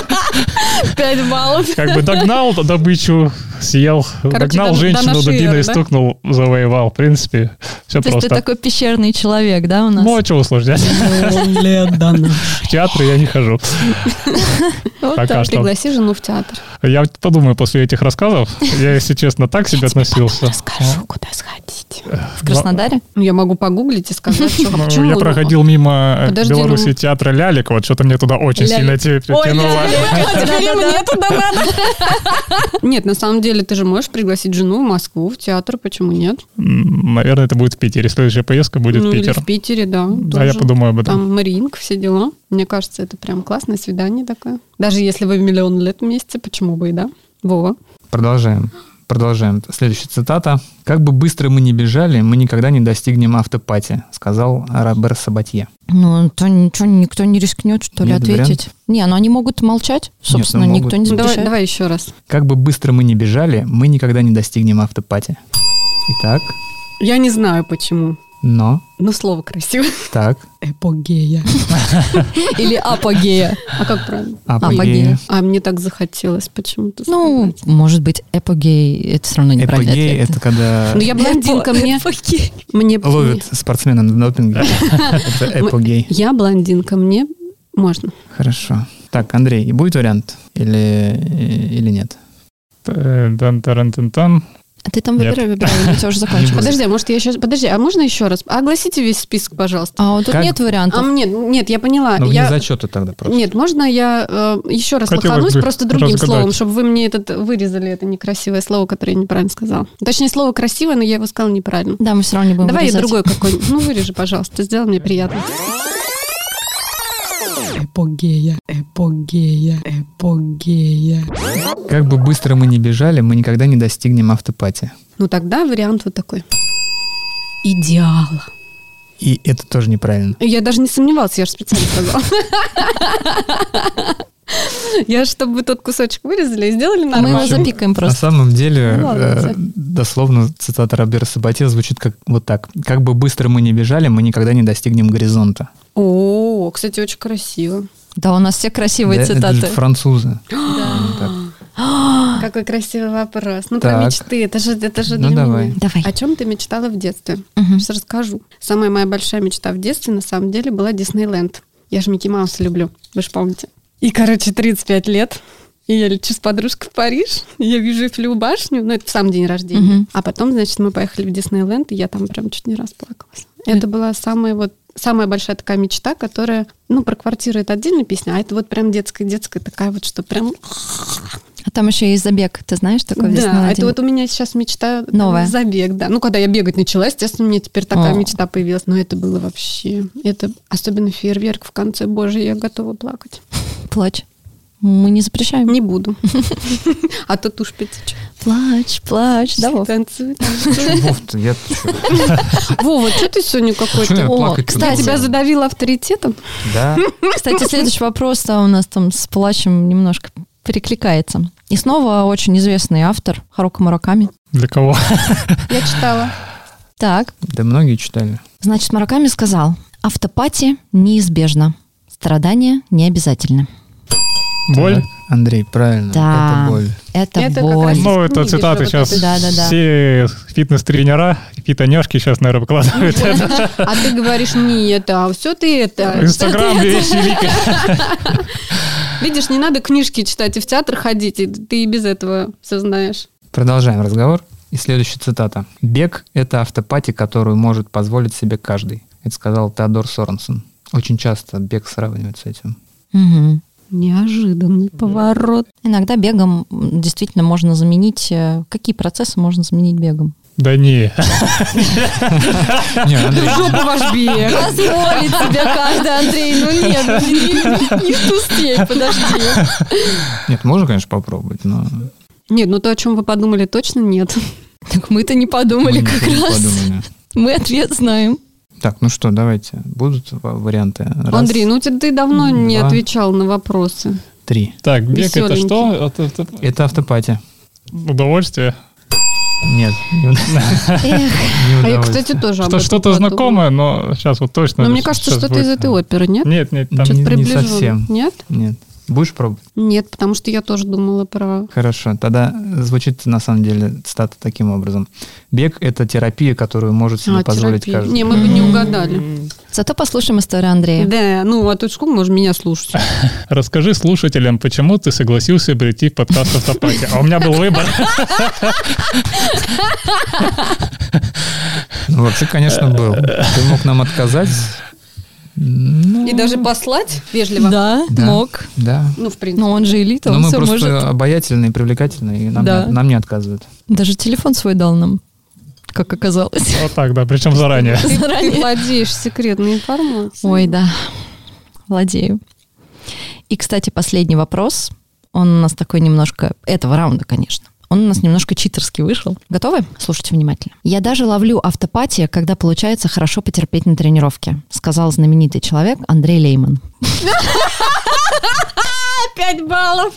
Speaker 4: Пять баллов.
Speaker 8: Как бы догнал добычу, съел,
Speaker 6: Короче,
Speaker 8: догнал
Speaker 6: до- до
Speaker 8: женщину,
Speaker 6: нашей
Speaker 8: дубиной
Speaker 6: эры, да?
Speaker 8: стукнул, завоевал. В принципе, все
Speaker 4: То есть ты
Speaker 8: просто.
Speaker 4: такой пещерный человек, да, у нас?
Speaker 8: Ну, а чего усложнять? В театры я не хожу.
Speaker 4: Вот
Speaker 8: пока
Speaker 4: так.
Speaker 8: что.
Speaker 6: Пригласи жену в театр.
Speaker 8: Я вот подумаю после этих рассказов. Я, если честно, так себе относился.
Speaker 6: Расскажу, куда сходить.
Speaker 5: Э,
Speaker 4: В Краснодаре?
Speaker 6: Ну, я могу погуглить и сказать, что
Speaker 8: Ну,
Speaker 6: почему.
Speaker 8: Я
Speaker 6: ну,
Speaker 8: проходил мимо э,
Speaker 6: Подожди,
Speaker 8: Беларуси
Speaker 6: ну-
Speaker 8: театра Лялик, вот что-то мне туда очень
Speaker 4: Лялик.
Speaker 8: сильно те- тянуло.
Speaker 6: Нет, на самом деле ты же можешь пригласить жену в Москву, в театр, почему нет?
Speaker 8: М, Наверное, это будет в Питере. Следующая поездка будет
Speaker 6: ну,
Speaker 8: в
Speaker 6: или
Speaker 8: Питер.
Speaker 6: в Питере, да.
Speaker 8: Да,
Speaker 6: тоже.
Speaker 8: я подумаю об этом.
Speaker 6: Там Маринг, все дела. Мне кажется, это прям классное свидание такое. Даже если вы миллион лет вместе, почему бы и да? Вова.
Speaker 5: Продолжаем. Продолжаем. Следующая цитата. «Как бы быстро мы ни бежали, мы никогда не достигнем автопати», сказал Робер Сабатье.
Speaker 4: Ну, то ничего, никто не рискнет, что ли,
Speaker 5: Нет
Speaker 4: ответить. Не, ну они могут молчать, собственно,
Speaker 5: ну,
Speaker 4: никто
Speaker 5: могут.
Speaker 4: не
Speaker 6: Давай,
Speaker 4: запрещает.
Speaker 6: давай еще раз.
Speaker 5: «Как бы быстро мы ни бежали, мы никогда не достигнем автопати». Итак,
Speaker 6: Я не знаю почему.
Speaker 5: но,
Speaker 6: Но слово красивое.
Speaker 5: так,
Speaker 6: Эпогея.
Speaker 4: Или апогея.
Speaker 6: А как правильно?
Speaker 5: апогея.
Speaker 4: Апогея.
Speaker 6: А мне так захотелось почему-то.
Speaker 4: Ну, может быть, эпогей, это все равно неправильный
Speaker 5: Эпогея –
Speaker 4: ответ.
Speaker 5: это когда
Speaker 6: Ну, я блондинка, мне... Мне...
Speaker 5: ловят спортсмена на допинге. Это эпогей.
Speaker 6: Я блондинка, мне можно.
Speaker 5: Хорошо. Так, Андрей, и будет вариант или, э, или нет?
Speaker 8: Э, Тан-таран-тан-тан.
Speaker 4: А ты там
Speaker 8: Нет.
Speaker 4: выбирай, выбирай, у тебя уже закончилось.
Speaker 6: Подожди, а может я еще... Подожди, а можно еще раз? А Огласите весь список, пожалуйста.
Speaker 4: А вот тут
Speaker 5: Как?
Speaker 4: нет
Speaker 6: А,
Speaker 4: вариантов.
Speaker 6: нет, нет, я поняла.
Speaker 5: Ну, вне
Speaker 6: А я...
Speaker 5: зачета тогда просто.
Speaker 6: Нет, можно я э, еще раз
Speaker 8: Хотелось
Speaker 6: лоханусь,
Speaker 8: бы
Speaker 6: просто другим
Speaker 8: разгадать.
Speaker 6: словом, чтобы вы мне этот вырезали это некрасивое слово, которое я неправильно сказала. Точнее, слово красивое, но я его сказала неправильно.
Speaker 4: Да, мы все равно не будем
Speaker 6: Давай я
Speaker 4: вырезать.
Speaker 6: другой какой-нибудь. Ну, вырежи, пожалуйста, сделай мне приятно. Эпогея, эпогея, эпогея.
Speaker 5: Как бы быстро мы ни бежали, мы никогда не достигнем автопати.
Speaker 6: Ну, тогда вариант вот такой. Идеала.
Speaker 5: И это тоже неправильно.
Speaker 6: Я даже не сомневалась, я же специально сказала. Я ж, чтобы тот кусочек вырезали и сделали
Speaker 4: А мы его
Speaker 6: нормально.
Speaker 4: запикаем
Speaker 5: На
Speaker 4: просто.
Speaker 5: самом деле,
Speaker 6: Ну ладно,
Speaker 5: э,
Speaker 6: всё.
Speaker 5: дословно цитата Робера Сабатье звучит как вот так. Как бы быстро мы ни бежали, мы никогда не достигнем горизонта.
Speaker 6: О, кстати, очень красиво.
Speaker 4: Да, у нас все красивые
Speaker 5: Да, Это же
Speaker 4: цитаты.
Speaker 5: французы. Так.
Speaker 6: Какой красивый вопрос. Ну, про
Speaker 5: Так.
Speaker 6: мечты. Это же, это же
Speaker 5: Ну,
Speaker 6: для
Speaker 5: давай.
Speaker 6: меня.
Speaker 4: Давай.
Speaker 6: О чем ты мечтала в детстве?
Speaker 4: Мгм.
Speaker 6: Сейчас расскажу. Самая моя большая мечта в детстве, на самом деле, была Диснейленд. Я же Микки Мауса люблю, вы же помните. И, короче, 35 лет, и я лечу с подружкой в Париж, и я вижу Эйфелеву башню, ну, это в сам день рождения.
Speaker 4: Мгм.
Speaker 6: А потом, значит, мы поехали в Диснейленд, и я там прям чуть не расплакалась. Это была самая вот самая большая такая мечта, которая, ну, про квартиру это отдельная песня, а это вот прям детская-детская такая вот, что прям
Speaker 4: А Там еще есть забег, ты знаешь такой в
Speaker 6: Да,
Speaker 4: Диснейленде?
Speaker 6: это вот у меня сейчас мечта там,
Speaker 4: Новая.
Speaker 6: забег, да. Ну, когда я бегать начала, естественно, мне теперь такая
Speaker 4: О.
Speaker 6: мечта появилась. Но это было вообще... Это особенно фейерверк в конце, боже, я готова плакать.
Speaker 4: Плачь. Мы не запрещаем.
Speaker 6: Не буду. А то тушь пятичек.
Speaker 4: Плачь, плачь. Да, Вов?
Speaker 6: Танцуй.
Speaker 5: Вов, ты- я ты чё?
Speaker 6: Вова, что ты сегодня
Speaker 5: Чё я
Speaker 6: какой-то?
Speaker 5: плакать
Speaker 6: Кстати,
Speaker 5: буду?
Speaker 6: тебя задавил авторитетом?
Speaker 5: Да.
Speaker 4: Кстати, следующий вопрос а, у нас там с плачем немножко перекликается. И снова очень известный автор Харука Мураками.
Speaker 8: Для кого?
Speaker 6: Я читала.
Speaker 4: Так,
Speaker 5: Да многие читали.
Speaker 4: значит, Мураками сказал, автопати неизбежно, страдания не обязательно.
Speaker 8: Боль?
Speaker 5: Андрей, правильно.
Speaker 4: Да.
Speaker 5: Это боль.
Speaker 4: Это,
Speaker 6: Это как
Speaker 4: боль.
Speaker 6: раз-
Speaker 8: Ну, это
Speaker 6: Видишь,
Speaker 8: цитаты
Speaker 6: вот
Speaker 8: сейчас
Speaker 4: это- Да-да-да.
Speaker 8: все фитнес-тренера и фитонежки сейчас, наверное, выкладывают.
Speaker 6: А ты говоришь, не это, а все ты это.
Speaker 8: Инстаграм вещь великая.
Speaker 6: Видишь, не надо книжки читать и в театр ходить, и ты и без этого все знаешь.
Speaker 5: Продолжаем разговор. И следующая цитата. «Бег – это автопати, которую может позволить себе каждый». Это сказал Теодор Соренсон. Очень часто бег сравнивают с этим.
Speaker 4: Мгм.
Speaker 6: Неожиданный поворот.
Speaker 4: Иногда бегом м, действительно можно заменить... э, Какие процессы можно заменить бегом?
Speaker 8: Да не.
Speaker 5: Не, Андрей,
Speaker 6: Жопу ваш бег.
Speaker 4: Позволит тебя каждый, Андрей, ну нет,
Speaker 6: Не тустей, подожди.
Speaker 5: Нет, можно, конечно, попробовать, но...
Speaker 6: Нет, ну то, о чем вы подумали, точно нет.
Speaker 4: Так мы-то не
Speaker 5: мы
Speaker 4: подумали
Speaker 5: не
Speaker 4: как раз.
Speaker 5: подумали.
Speaker 4: Мы ответ знаем.
Speaker 5: Так, ну что, давайте. Будут ва- варианты? Раз,
Speaker 6: Андрей, ну ты, ты давно не
Speaker 5: Два.
Speaker 6: отвечал на вопросы.
Speaker 5: Три.
Speaker 8: Так, бег это
Speaker 6: Весёленький.
Speaker 8: что? Это- это
Speaker 5: Это автопати.
Speaker 8: Удовольствие.
Speaker 5: Нет. не уд-
Speaker 4: Эх,
Speaker 5: не
Speaker 6: А я,
Speaker 5: удалось.
Speaker 6: кстати, тоже об
Speaker 8: Что
Speaker 6: этом
Speaker 8: что-то
Speaker 6: подумала.
Speaker 8: знакомое, но сейчас вот точно.
Speaker 6: Но мне кажется,
Speaker 8: щас
Speaker 6: что-то
Speaker 8: будет.
Speaker 6: из этой оперы, нет?
Speaker 8: Нет, нет, там
Speaker 5: Чё-то
Speaker 8: не-
Speaker 5: при-
Speaker 8: не-
Speaker 6: Приближенно.
Speaker 5: совсем.
Speaker 6: Нет?
Speaker 5: Нет. Будешь пробовать?
Speaker 6: Нет, потому что я тоже думала про...
Speaker 5: Хорошо. Тогда звучит, на самом деле, цитата таким образом. Бег – это терапия, которую может себе
Speaker 6: А,
Speaker 5: позволить
Speaker 6: терапию.
Speaker 5: каждый.
Speaker 6: Не, мы бы не угадали.
Speaker 4: Зато послушаем историю Андрея.
Speaker 6: Да, ну а тут шкур можно меня слушать.
Speaker 8: Расскажи слушателям, почему ты согласился прийти в подкаст «Автопати». А у меня был выбор.
Speaker 5: Ну, вообще, конечно, был. Ты мог нам отказать. Ну,
Speaker 6: И даже послать вежливо.
Speaker 4: Да,
Speaker 5: Да.
Speaker 4: мог.
Speaker 5: да.
Speaker 6: Ну, в принципе.
Speaker 4: Но он же элита,
Speaker 5: Но
Speaker 4: он
Speaker 5: мы
Speaker 4: все
Speaker 5: просто
Speaker 4: может.
Speaker 5: обаятельные, привлекательные, и нам,
Speaker 4: Да.
Speaker 5: не, нам не отказывают.
Speaker 4: Даже телефон свой дал нам, как оказалось.
Speaker 8: Вот так, да, причем заранее.
Speaker 6: Ты
Speaker 4: Заранее.
Speaker 6: владеешь секретной информацией.
Speaker 4: Ой, да, владею. И, кстати, последний вопрос. Он у нас такой немножко... Этого раунда, конечно. Он у нас немножко читерский вышел. Готовы? Слушайте внимательно. «Я даже ловлю автопатия, когда получается хорошо потерпеть на тренировке», сказал знаменитый человек Андрей Лейман.
Speaker 6: Пять баллов.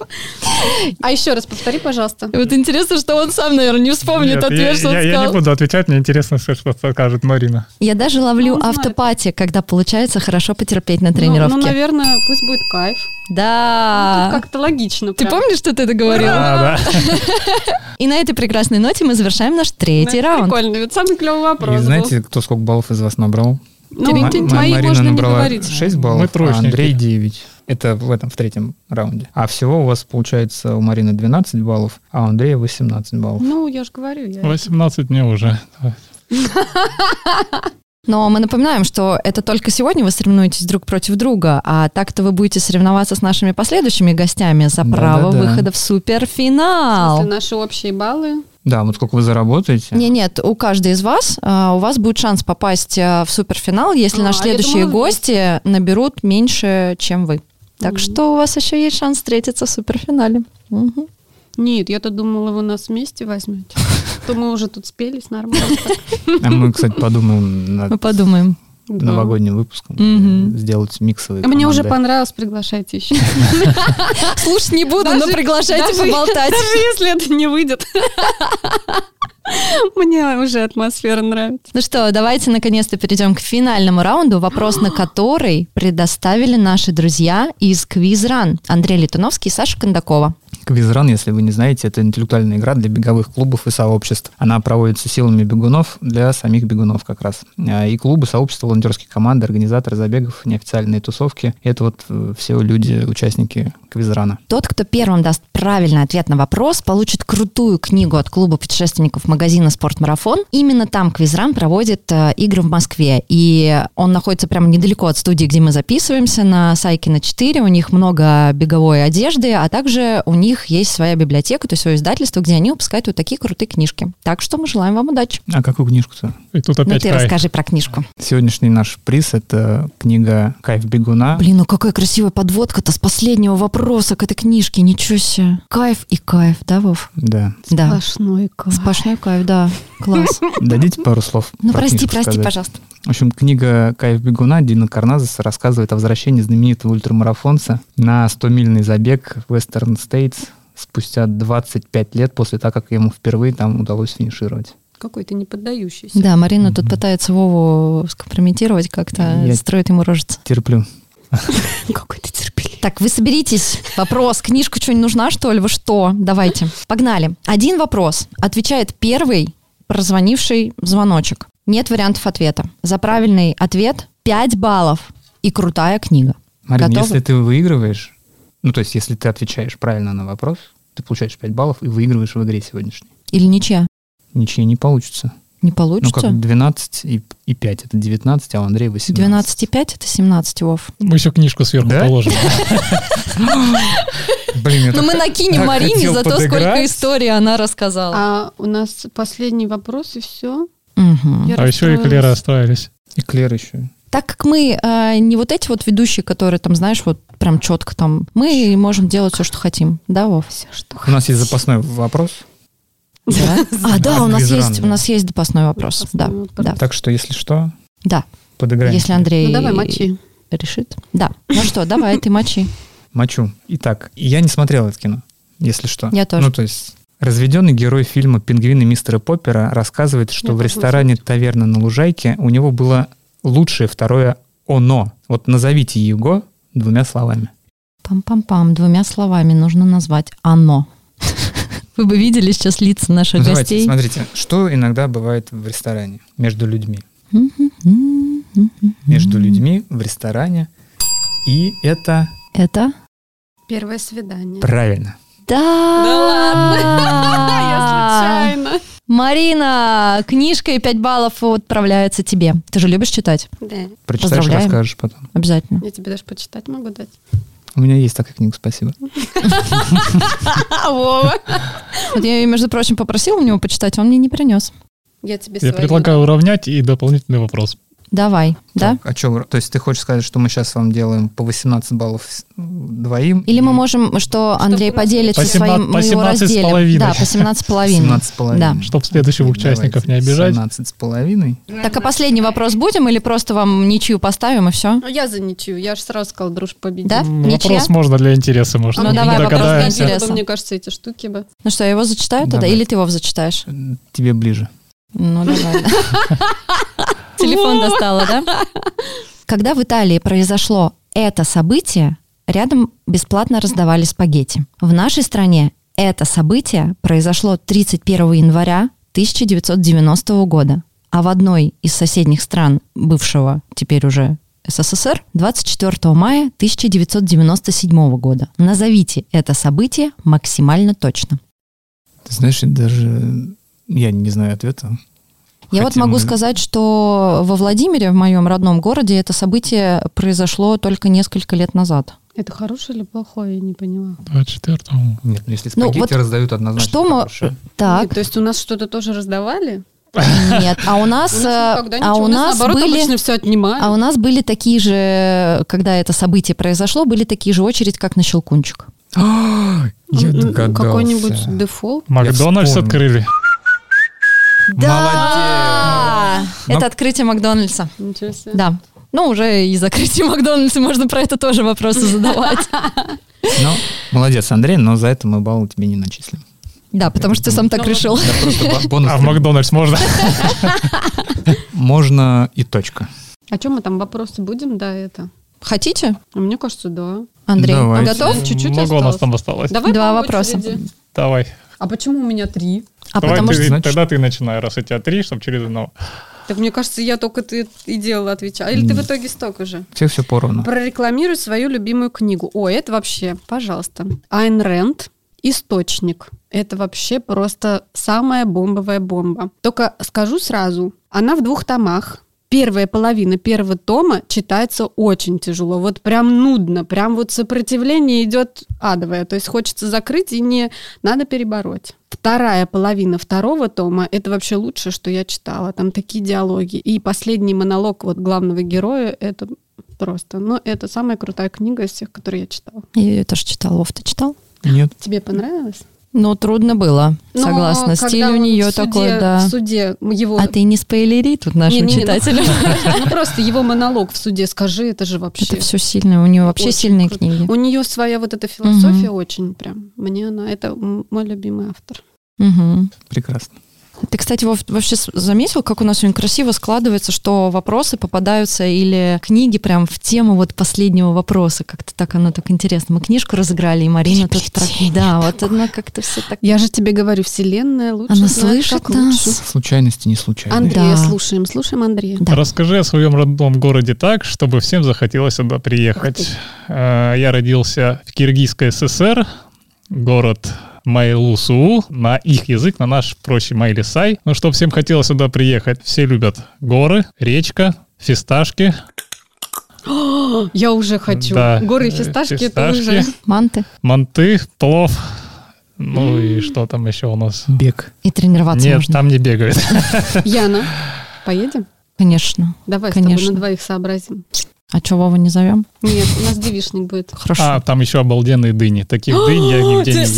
Speaker 6: А еще раз повтори, пожалуйста. Ну,
Speaker 4: Вот интересно, что он сам, наверное, не вспомнит
Speaker 8: Нет,
Speaker 4: ответ, что
Speaker 8: я-
Speaker 4: он
Speaker 8: я- я не
Speaker 4: сказал.
Speaker 8: буду отвечать, мне интересно, что что скажет Марина.
Speaker 4: Я даже ловлю
Speaker 6: Он знает.
Speaker 4: автопати, когда получается хорошо потерпеть на тренировке.
Speaker 6: Ну, ну, наверное, пусть будет кайф.
Speaker 4: Да.
Speaker 6: Ну, Как-то логично.
Speaker 4: А? Ты
Speaker 6: прям.
Speaker 4: помнишь, что ты это говорила?
Speaker 8: А, да.
Speaker 4: И на этой прекрасной ноте мы завершаем наш
Speaker 6: Ну,
Speaker 4: третий
Speaker 6: это
Speaker 4: раунд.
Speaker 6: Прикольно, ведь самый клевый вопрос
Speaker 5: и
Speaker 6: был.
Speaker 5: знаете, кто сколько баллов из вас набрал?
Speaker 6: Ну,
Speaker 5: Ма-
Speaker 6: ты-
Speaker 5: Ма-
Speaker 6: мои
Speaker 5: Марина
Speaker 6: можно не
Speaker 5: набрала
Speaker 6: говорить.
Speaker 5: 6 баллов,
Speaker 8: Мы
Speaker 5: а
Speaker 8: троечники.
Speaker 5: Андрей 9. Это в этом, в третьем раунде. А всего у вас получается у Марины 12 баллов, а у Андрея 18 баллов.
Speaker 6: Ну, я же говорю. я-
Speaker 8: 18 мне уже.
Speaker 4: Но мы напоминаем, что это только сегодня вы соревнуетесь друг против друга, а так-то вы будете соревноваться с нашими последующими гостями за
Speaker 5: Да-да-да.
Speaker 4: право выхода в
Speaker 6: В смысле,
Speaker 4: суперфинал.
Speaker 6: наши общие баллы.
Speaker 5: Да, вот сколько вы заработаете.
Speaker 4: Не, нет, у каждой из вас а, у вас будет шанс попасть а, в суперфинал, если
Speaker 6: А,
Speaker 4: наши
Speaker 6: я
Speaker 4: следующие
Speaker 6: думала,
Speaker 4: гости наберут меньше, чем вы. Так
Speaker 6: Мгм.
Speaker 4: что у вас еще есть шанс встретиться в суперфинале. Мгм.
Speaker 6: Нет, я-то думала, вы нас вместе возьмете. То мы уже тут спелись нормально. так.
Speaker 5: А мы, кстати, подумаем над
Speaker 4: Мы подумаем.
Speaker 6: Ну, Да.
Speaker 5: новогодним выпуском
Speaker 4: Мгм.
Speaker 5: э, сделать миксовый.
Speaker 6: А Мне уже понравилось, приглашайте еще.
Speaker 4: Слушать не буду, но
Speaker 6: Даже-
Speaker 4: приглашайте
Speaker 6: даже-
Speaker 4: поболтать.
Speaker 6: Даже если это не выйдет. Мне уже атмосфера нравится.
Speaker 4: Ну что, давайте наконец-то перейдем к финальному раунду, вопрос на который предоставили наши друзья из Квизран. Андрей Летуновский и Саша Кондакова.
Speaker 5: Квизран, если вы не знаете, это интеллектуальная игра для беговых клубов и сообществ. Она проводится силами бегунов для самих бегунов как раз. А, И клубы, сообщества, волонтерские команды, организаторы забегов, неофициальные тусовки. Это вот э, все люди, участники Квизрана.
Speaker 4: Тот, кто первым даст правильный ответ на вопрос, получит крутую книгу от клуба путешественников магазина «Спортмарафон». Именно там Квизран проводит э, игры в Москве. И он находится прямо недалеко от студии, где мы записываемся, на Сайкина 4. У них много беговой одежды, а также у них них есть своя библиотека, то есть свое издательство, где они выпускают вот такие крутые книжки. Так что мы желаем вам удачи.
Speaker 5: А какую книжку-то?
Speaker 8: И тут
Speaker 4: Ну
Speaker 8: опять
Speaker 4: ты
Speaker 8: кайф.
Speaker 4: расскажи про книжку.
Speaker 5: Сегодняшний наш приз — это книга «Кайф бегуна».
Speaker 4: Блин, ну какая красивая подводка-то с последнего вопроса к этой книжке, ничего себе. Кайф и кайф, да, Вов?
Speaker 5: Да.
Speaker 4: Да.
Speaker 6: Сплошной кайф.
Speaker 4: Сплошной кайф, да. Класс.
Speaker 5: Дадите пару слов?
Speaker 4: Ну
Speaker 5: про
Speaker 4: прости,
Speaker 5: книжку
Speaker 4: прости,
Speaker 5: сказать?
Speaker 4: пожалуйста.
Speaker 5: В общем, книга «Кайф бегуна» Дина Карназеса рассказывает о возвращении знаменитого ультрамарафонца на 100-мильный забег в Western States спустя 25 лет после того, как ему впервые там удалось финишировать.
Speaker 6: Какой-то неподдающийся.
Speaker 4: Да, Марина тут пытается Вову скомпрометировать как-то,
Speaker 5: Я-
Speaker 4: строит ему рожицы.
Speaker 5: Терплю.
Speaker 6: Какой ты терпеливый.
Speaker 4: Так, вы соберитесь. Вопрос. Книжка что-нибудь нужна, что ли? Вы что? Давайте. Погнали. Один вопрос. Отвечает первый прозвонивший звоночек. Нет вариантов ответа. За правильный ответ 5 баллов и крутая книга.
Speaker 5: Марин,
Speaker 4: Готовы?
Speaker 5: если ты выигрываешь, ну, то есть если ты отвечаешь правильно на вопрос, ты получаешь 5 баллов и выигрываешь в игре сегодняшней.
Speaker 4: Или ничья?
Speaker 5: Ничьи не получится.
Speaker 4: Не
Speaker 5: Ну,
Speaker 4: получится?
Speaker 5: как 12 и, и 5, это 19, а у Андрея 18.
Speaker 4: 12,5 это 17, Вов.
Speaker 8: Мы еще книжку сверху
Speaker 5: Да?
Speaker 8: положим.
Speaker 5: Блин, я
Speaker 4: Но
Speaker 5: так-
Speaker 4: Ну, мы накинем
Speaker 5: так
Speaker 4: Марине
Speaker 5: хотел
Speaker 4: за то, сколько
Speaker 5: подыграть.
Speaker 4: историй она рассказала.
Speaker 6: А у нас последний вопрос и все.
Speaker 4: Мгм.
Speaker 8: А еще и Клера расстроились.
Speaker 5: И Клер еще.
Speaker 4: Так как мы э, не вот эти вот ведущие, которые там, знаешь, вот прям четко там, мы можем делать все, что хотим, да, Вов?
Speaker 6: Все, что
Speaker 5: У нас есть запасной вопрос.
Speaker 4: Да? А, да, у нас
Speaker 5: Гризран,
Speaker 4: есть, у
Speaker 5: да.
Speaker 4: нас есть допасной вопрос. Да,
Speaker 6: Допасной вопрос.
Speaker 4: да,
Speaker 5: Так что, если что,
Speaker 4: да.
Speaker 5: подыграем.
Speaker 4: Если Андрей
Speaker 6: Ну давай, мочи.
Speaker 4: решит. Да. Ну что, давай, ты мочи.
Speaker 5: Мочу. Итак, я не смотрел это кино, если что.
Speaker 4: Я тоже.
Speaker 5: Ну, то есть... Разведенный герой фильма «Пингвины мистера Поппера» рассказывает, что
Speaker 6: Я
Speaker 5: в
Speaker 6: тоже не
Speaker 5: ресторане «Таверна на лужайке» у него было лучшее второе «Оно». Вот назовите его двумя словами.
Speaker 4: Пам-пам-пам, двумя словами нужно назвать «Оно». Вы бы видели сейчас лица наших
Speaker 5: Давайте,
Speaker 4: гостей.
Speaker 5: смотрите, что иногда бывает в ресторане между людьми.
Speaker 4: Мгм, мгм, мгм.
Speaker 5: Между людьми в ресторане. И это
Speaker 4: Это?
Speaker 6: Первое свидание. А
Speaker 5: правильно.
Speaker 4: Да!
Speaker 6: Я случайно.
Speaker 4: Марина, книжка и 5 баллов отправляется тебе. Ты же любишь читать?
Speaker 6: Да.
Speaker 5: Прочитаешь,
Speaker 4: Поздравляем.
Speaker 5: расскажешь потом.
Speaker 4: Обязательно.
Speaker 6: Я тебе даже почитать могу дать.
Speaker 5: У меня есть такая книга, спасибо.
Speaker 4: А, Вова. Вот я ее, между прочим, попросила у него почитать, он мне не принес.
Speaker 6: Я тебе
Speaker 8: Я
Speaker 6: свою
Speaker 8: предлагаю уравнять и дополнительный вопрос.
Speaker 4: Давай, да?
Speaker 5: Так, а чё, то есть ты хочешь сказать, что мы сейчас вам делаем по 18 баллов с- двоим?
Speaker 4: Или мы
Speaker 5: и
Speaker 4: можем, что Андрей
Speaker 6: раз-
Speaker 4: поделится
Speaker 8: По семна-
Speaker 4: своим,
Speaker 8: по
Speaker 4: мы его
Speaker 8: 17 с
Speaker 4: разделим.
Speaker 8: половиной.
Speaker 4: Да, по 17 с половиной.
Speaker 5: 17 с половиной.
Speaker 4: Да.
Speaker 8: Чтоб следующих участников не обижать.
Speaker 5: 17 с половиной.
Speaker 4: Так, а последний вопрос будем или просто вам ничью поставим и все?
Speaker 6: Ну, я за ничью. Я же сразу сказала, А дружба победит.
Speaker 4: Да?
Speaker 8: М,
Speaker 4: Ничья?
Speaker 8: Вопрос можно для интереса, может,
Speaker 4: Ну,
Speaker 8: мы
Speaker 4: давай, вопрос для
Speaker 8: догадаемся.
Speaker 4: интереса.
Speaker 6: Чтобы, а мне кажется, эти штуки бы.
Speaker 4: Ну что, я его зачитаю тогда?
Speaker 5: Давай.
Speaker 4: Или ты его зачитаешь?
Speaker 5: Тебе ближе.
Speaker 4: Ну, давай. Телефон достала, да? Когда в Италии произошло это событие, рядом бесплатно раздавали спагетти. В нашей стране это событие произошло 31 января 1990 года, а в одной из соседних стран бывшего теперь уже СССР 24 мая 1997 года. Назовите это событие максимально точно.
Speaker 5: Ты знаешь, я даже я не знаю ответа.
Speaker 4: Я вот
Speaker 5: Хотя
Speaker 4: могу
Speaker 5: мы-
Speaker 4: сказать, что во Владимире, в моем родном городе, это событие произошло только несколько лет назад.
Speaker 6: Это хорошее или плохое, я не поняла.
Speaker 8: А 24
Speaker 5: Нет, ну если
Speaker 4: Ну,
Speaker 5: спагетти
Speaker 4: вот
Speaker 5: раздают однозначно
Speaker 4: что мы-
Speaker 5: хорошее.
Speaker 4: Так,
Speaker 6: Нет, то есть у нас что-то тоже раздавали?
Speaker 4: нет. А у нас,
Speaker 6: У нас
Speaker 4: э,
Speaker 6: никогда
Speaker 4: а
Speaker 6: ничего.
Speaker 4: у нас
Speaker 6: наоборот,
Speaker 4: были,
Speaker 6: обычно все отнимают.
Speaker 4: а у нас были такие же, когда это событие произошло, были такие же очередь, как на Щелкунчик.
Speaker 5: Я
Speaker 6: Ну,
Speaker 5: догадался.
Speaker 6: Какой-нибудь дефолт.
Speaker 8: Макдональдс
Speaker 5: вспомнил.
Speaker 8: открыли.
Speaker 4: Да,
Speaker 5: Молодец.
Speaker 4: это открытие Макдональдса.
Speaker 6: Ничего себе.
Speaker 4: Да. Ну, уже и закрытие Макдональдса можно про это тоже вопросы задавать.
Speaker 5: Ну, молодец, Андрей, но за это мы баллы тебе не начислим.
Speaker 4: Да, потому что ты сам так решил.
Speaker 5: Да просто бо- бонус.
Speaker 8: А в Макдональдс можно?
Speaker 5: Можно и точка.
Speaker 6: О чем А мы там вопросы будем? Да, это.
Speaker 4: Хотите,
Speaker 6: А Мне кажется, да.
Speaker 4: Андрей?
Speaker 5: Давайте.
Speaker 4: Готов?
Speaker 6: А Чуть-чуть
Speaker 8: Много у нас
Speaker 6: осталось.
Speaker 8: там осталось.
Speaker 6: Давай
Speaker 4: Два
Speaker 6: по
Speaker 4: вопроса.
Speaker 6: очереди.
Speaker 8: Давай.
Speaker 6: А почему у меня три?
Speaker 4: А
Speaker 8: Давай
Speaker 4: потому
Speaker 8: ты-
Speaker 4: что...
Speaker 5: что-
Speaker 8: Тогда ты начинай, раз у тебя три, чтобы через одного.
Speaker 6: Так мне кажется, я только ты и делала отвечала. Или ты в итоге столько же?
Speaker 5: Все, все поровну.
Speaker 6: Прорекламируй свою любимую книгу. О, это вообще, пожалуйста. Айн Рэнд «Источник». Это вообще просто самая бомбовая бомба. Только скажу сразу, она в двух томах. первая половина первого тома читается очень тяжело. Вот прям нудно, прям вот сопротивление идет адовое. То есть хочется закрыть и не надо перебороть. Вторая половина второго тома — это вообще лучше, что я читала. Там такие диалоги. И последний монолог вот главного героя — это просто. Но это самая крутая книга из всех, которые я читала.
Speaker 4: Я ее тоже читал. Вов, ты читал?
Speaker 8: Нет.
Speaker 6: Тебе понравилось?
Speaker 4: Ну, трудно было,
Speaker 6: Но
Speaker 4: согласна.
Speaker 6: когда
Speaker 4: Стиль у
Speaker 6: он
Speaker 4: нее
Speaker 6: в суде-
Speaker 4: такой, да.
Speaker 6: В суде его...
Speaker 4: А ты не спойлери тут нашим
Speaker 6: Не-не-не, ну,
Speaker 4: читателям.
Speaker 6: Ну, просто его монолог в суде, скажи, это же вообще...
Speaker 4: Это все сильное. У нее вообще
Speaker 6: очень
Speaker 4: сильные
Speaker 6: круто.
Speaker 4: книги.
Speaker 6: У нее своя вот эта философия очень прям. Мне она... Это м- мой любимый автор.
Speaker 4: Мгм.
Speaker 8: Прекрасно.
Speaker 4: Ты, кстати, Вов, вообще с- заметил, как у нас сегодня красиво складывается, что вопросы попадаются или книги прям в тему вот последнего вопроса. Как-то так оно так интересно. Мы книжку разыграли, и Марина тут... так- Да, вот она как-то все так...
Speaker 6: Я же тебе говорю, вселенная лучше
Speaker 4: Она
Speaker 6: знает,
Speaker 4: слышит
Speaker 6: как лучше.
Speaker 4: нас.
Speaker 5: Случайности не случайны.
Speaker 6: Андрея
Speaker 4: Да.
Speaker 6: слушаем, слушаем Андрея.
Speaker 4: Да.
Speaker 8: Расскажи о своем родном городе так, чтобы всем захотелось сюда приехать. Э, Я родился в Киргизской ССР, город Майлусуу, на их язык, на наш проще Майлисай. Ну, чтобы всем хотелось сюда приехать. Все любят горы, речка, фисташки.
Speaker 6: Я уже хочу.
Speaker 8: Да.
Speaker 6: Горы и
Speaker 8: Э,
Speaker 6: фисташки, это
Speaker 8: фисташки.
Speaker 6: уже...
Speaker 4: Манты.
Speaker 8: Манты, плов. Ну и что там еще у нас?
Speaker 5: Бег.
Speaker 4: И тренироваться
Speaker 8: Нет,
Speaker 4: можно.
Speaker 8: там не бегают.
Speaker 6: Яна, поедем?
Speaker 4: Конечно.
Speaker 6: Давай с
Speaker 4: Конечно.
Speaker 6: тобой на двоих сообразим.
Speaker 4: А чего Вова не зовем?
Speaker 6: Нет, у нас девишник будет.
Speaker 4: Хорошо.
Speaker 8: А, там еще обалденные дыни. Таких дынь я нигде не видел.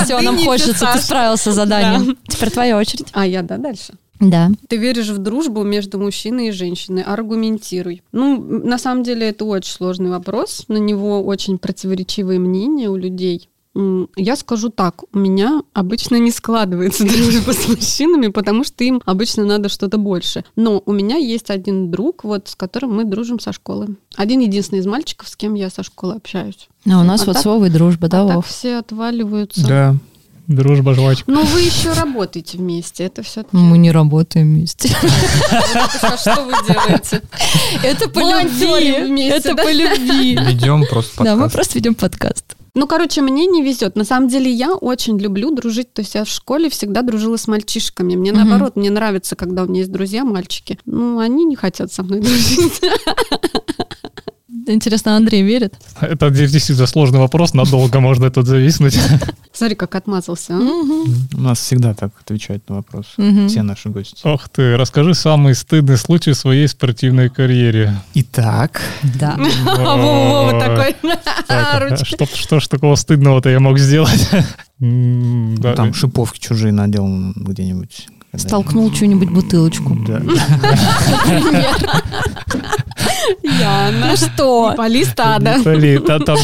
Speaker 4: Все! Все,
Speaker 6: Ты
Speaker 4: нам
Speaker 6: не
Speaker 4: хочется, ты
Speaker 6: писашь.
Speaker 4: справился с заданием. Теперь твоя очередь.
Speaker 6: А я, да, дальше.
Speaker 4: Да.
Speaker 6: Ты веришь в дружбу между мужчиной и женщиной? Аргументируй. Ну, м, на самом деле это очень сложный вопрос. На него очень противоречивые мнения у людей. М, Я скажу так, у меня обычно не складывается дружба с мужчинами, потому что им обычно надо что-то больше. Но у меня есть один друг, вот с которым мы дружим со школы. Один единственный из мальчиков, с кем я со школы общаюсь.
Speaker 4: А у нас
Speaker 6: А
Speaker 4: вот
Speaker 6: так-
Speaker 4: с Вовой дружба, да,
Speaker 6: а так
Speaker 4: Вов?
Speaker 6: все отваливаются.
Speaker 5: Да.
Speaker 8: Дружба жвачка.
Speaker 6: Но вы еще работаете вместе, это все.
Speaker 4: Мы не работаем вместе.
Speaker 6: А Что вы делаете?
Speaker 4: Это по
Speaker 6: Волонтерим
Speaker 4: любви.
Speaker 6: вместе,
Speaker 4: Это
Speaker 6: да?
Speaker 4: по любви.
Speaker 5: Ведем просто
Speaker 4: Да, мы
Speaker 5: подкаст.
Speaker 4: просто ведем подкаст.
Speaker 6: Ну, короче, мне не везет. На самом деле, я очень люблю дружить. То есть я в школе всегда дружила с мальчишками. Мне
Speaker 4: Мгм.
Speaker 6: наоборот, мне нравится, когда у меня есть друзья мальчики. Ну, они не хотят со мной дружить.
Speaker 4: Интересно, Андрей верит?
Speaker 8: Это действительно сложный вопрос, надолго можно тут зависнуть.
Speaker 6: Смотри, как отмазался. а.
Speaker 4: Мгм.
Speaker 5: У нас всегда так отвечают на вопрос.
Speaker 4: Мгм.
Speaker 5: Все наши гости.
Speaker 8: Ох ты, расскажи самый стыдный случай в своей спортивной карьере.
Speaker 5: Итак,
Speaker 4: Да.
Speaker 6: А Вова Вова такой.
Speaker 8: Так, а
Speaker 6: ручки.
Speaker 8: Что, что ж такого стыдного-то я мог сделать? М, да.
Speaker 5: Ну, там шиповки чужие надел где-нибудь. когда-
Speaker 4: Столкнул чью-нибудь бутылочку.
Speaker 5: Да.
Speaker 6: Яна.
Speaker 4: Ну что?
Speaker 6: Поли
Speaker 4: А,
Speaker 6: стада.
Speaker 8: Блин, та- там,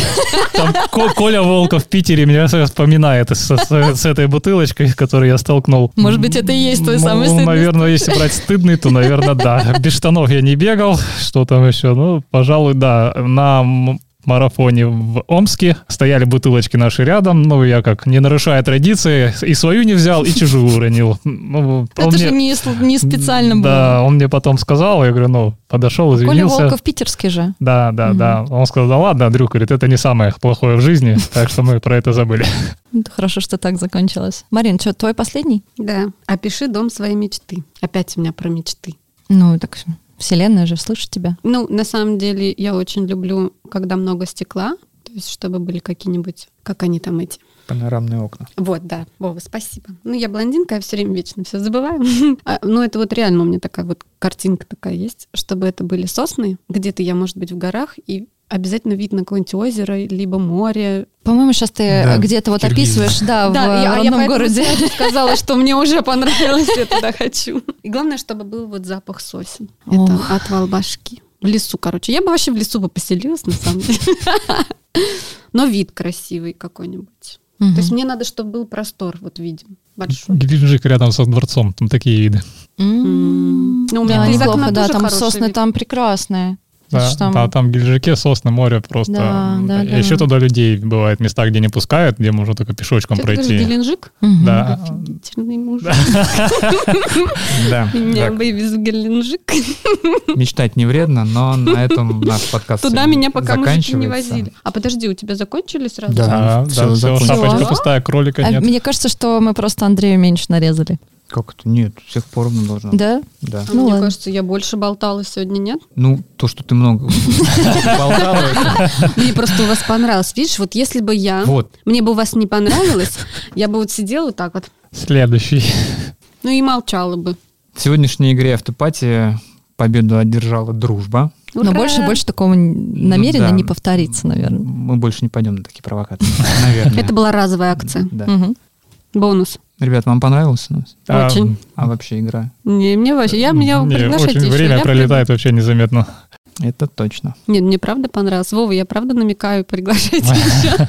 Speaker 8: там Ко- Коля Волков в Питере меня вспоминает с, с- с этой бутылочкой, с которой я столкнул.
Speaker 4: Может быть, это и есть твой
Speaker 8: Ну,
Speaker 4: самый стыдный
Speaker 8: Наверное, если брать стыдный, то, наверное, да. Без штанов я не бегал. Что там еще? Ну, пожалуй, да. На м- марафоне в Омске стояли бутылочки наши рядом. Ну, я как, не нарушая традиции, и свою не взял, и чужую уронил. Ну, он
Speaker 4: Это же
Speaker 8: мне-
Speaker 4: не сл- не специально было.
Speaker 8: Да, он мне потом сказал, я говорю, ну, подошел,
Speaker 4: Коля
Speaker 8: извинился.
Speaker 4: Волков питерский же.
Speaker 8: Да, да, да. Он сказал, да ладно, Андрюк, говорит, это не самое плохое в жизни, так что мы про это забыли.
Speaker 4: Ну, это Хорошо, что так закончилось. Марин, что, твой последний?
Speaker 6: Да. Опиши дом своей мечты. Опять у меня про мечты.
Speaker 4: Ну, так вселенная же слышит тебя.
Speaker 6: Ну, на самом деле, я очень люблю, когда много стекла. То есть, чтобы были какие-нибудь, как они там эти,
Speaker 5: Панорамные окна.
Speaker 6: Вот, да. Вова, спасибо. Ну, я блондинка, я все время вечно все забываю. А, ну, это вот реально у меня такая вот картинка такая есть, чтобы это были сосны. Где-то я, может быть, в горах, и обязательно видно какое-нибудь озеро, либо море.
Speaker 4: По-моему, сейчас ты
Speaker 5: Да,
Speaker 4: где-то вот
Speaker 5: Киргизия.
Speaker 4: описываешь, да, в
Speaker 6: я, а я
Speaker 4: родном
Speaker 6: поэтому
Speaker 4: городе.
Speaker 6: сразу сказала, что мне уже понравилось, я туда хочу. И главное, чтобы был вот запах сосен. Это
Speaker 4: Ох.
Speaker 6: отвал башки. В лесу, короче. Я бы вообще в лесу бы поселилась, на самом деле. Но вид красивый какой-нибудь.
Speaker 4: Мгм.
Speaker 6: То есть мне надо, чтобы был простор, вот видим, большой.
Speaker 8: Геленджик рядом со дворцом, там такие виды.
Speaker 4: М.
Speaker 6: Ну, у меня
Speaker 4: Да,
Speaker 6: это из
Speaker 4: неплохо,
Speaker 6: окна
Speaker 4: да,
Speaker 6: тоже
Speaker 4: там
Speaker 6: хороший
Speaker 4: сосны
Speaker 6: вид.
Speaker 4: там прекрасные.
Speaker 8: Да,
Speaker 4: Слушай, там-
Speaker 8: да, там в Геленджике сосны, море просто.
Speaker 4: Да, да, да.
Speaker 8: Еще туда людей бывает места, где не пускают, где можно только пешочком
Speaker 6: Чё ты говоришь,
Speaker 8: пройти.
Speaker 6: Геленджик?
Speaker 4: Мгм.
Speaker 8: Да.
Speaker 6: Офигительный муж.
Speaker 5: Да.
Speaker 6: Меня
Speaker 5: так,
Speaker 6: вывез в Геленджик.
Speaker 5: Мечтать не вредно, но на этом наш подкаст
Speaker 6: Туда
Speaker 5: сегодня
Speaker 6: меня пока мужики не
Speaker 5: заканчивается.
Speaker 6: возили. А подожди, у тебя закончились сразу?
Speaker 5: Да.
Speaker 8: А, Да, да,
Speaker 5: Всё,
Speaker 8: всё,
Speaker 5: закончилось.
Speaker 8: шапочка
Speaker 4: Всё.
Speaker 8: пустая, кролика
Speaker 4: А
Speaker 8: нет.
Speaker 4: Мне кажется, что мы просто Андрею меньше нарезали.
Speaker 5: Как это? Нет, всех поровну должно.
Speaker 4: Да?
Speaker 5: Да.
Speaker 6: А
Speaker 4: Ну
Speaker 6: мне
Speaker 4: ладно.
Speaker 6: кажется, я больше болтала сегодня, нет?
Speaker 5: Ну, то, что ты много болтала, это-
Speaker 6: Мне просто у вас понравилось. Видишь, вот если бы я...
Speaker 5: Вот.
Speaker 6: Мне бы у вас не понравилось, я бы вот сидела вот так вот,
Speaker 8: Следующий.
Speaker 6: ну и молчала бы.
Speaker 5: В сегодняшней игре автопатия победу одержала дружба.
Speaker 4: Но
Speaker 6: Ну, Ура!
Speaker 4: больше больше такого н- намеренно
Speaker 5: Ну да.
Speaker 4: не повторится, наверное.
Speaker 5: Мы больше не пойдем на такие провокации. Наверное.
Speaker 6: Это была разовая акция.
Speaker 5: Да.
Speaker 4: Мгм.
Speaker 6: Бонус.
Speaker 5: Ребят, вам понравилось у нас?
Speaker 8: А,
Speaker 6: Очень.
Speaker 5: А вообще игра?
Speaker 6: Не, мне вообще... Я, меня
Speaker 8: не,
Speaker 6: приглашайте
Speaker 8: очень
Speaker 6: еще,
Speaker 8: время
Speaker 6: я
Speaker 8: пролетает вообще незаметно.
Speaker 5: Это точно.
Speaker 6: при- Нет, мне правда понравилось. Вова, я правда намекаю, приглашайте еще.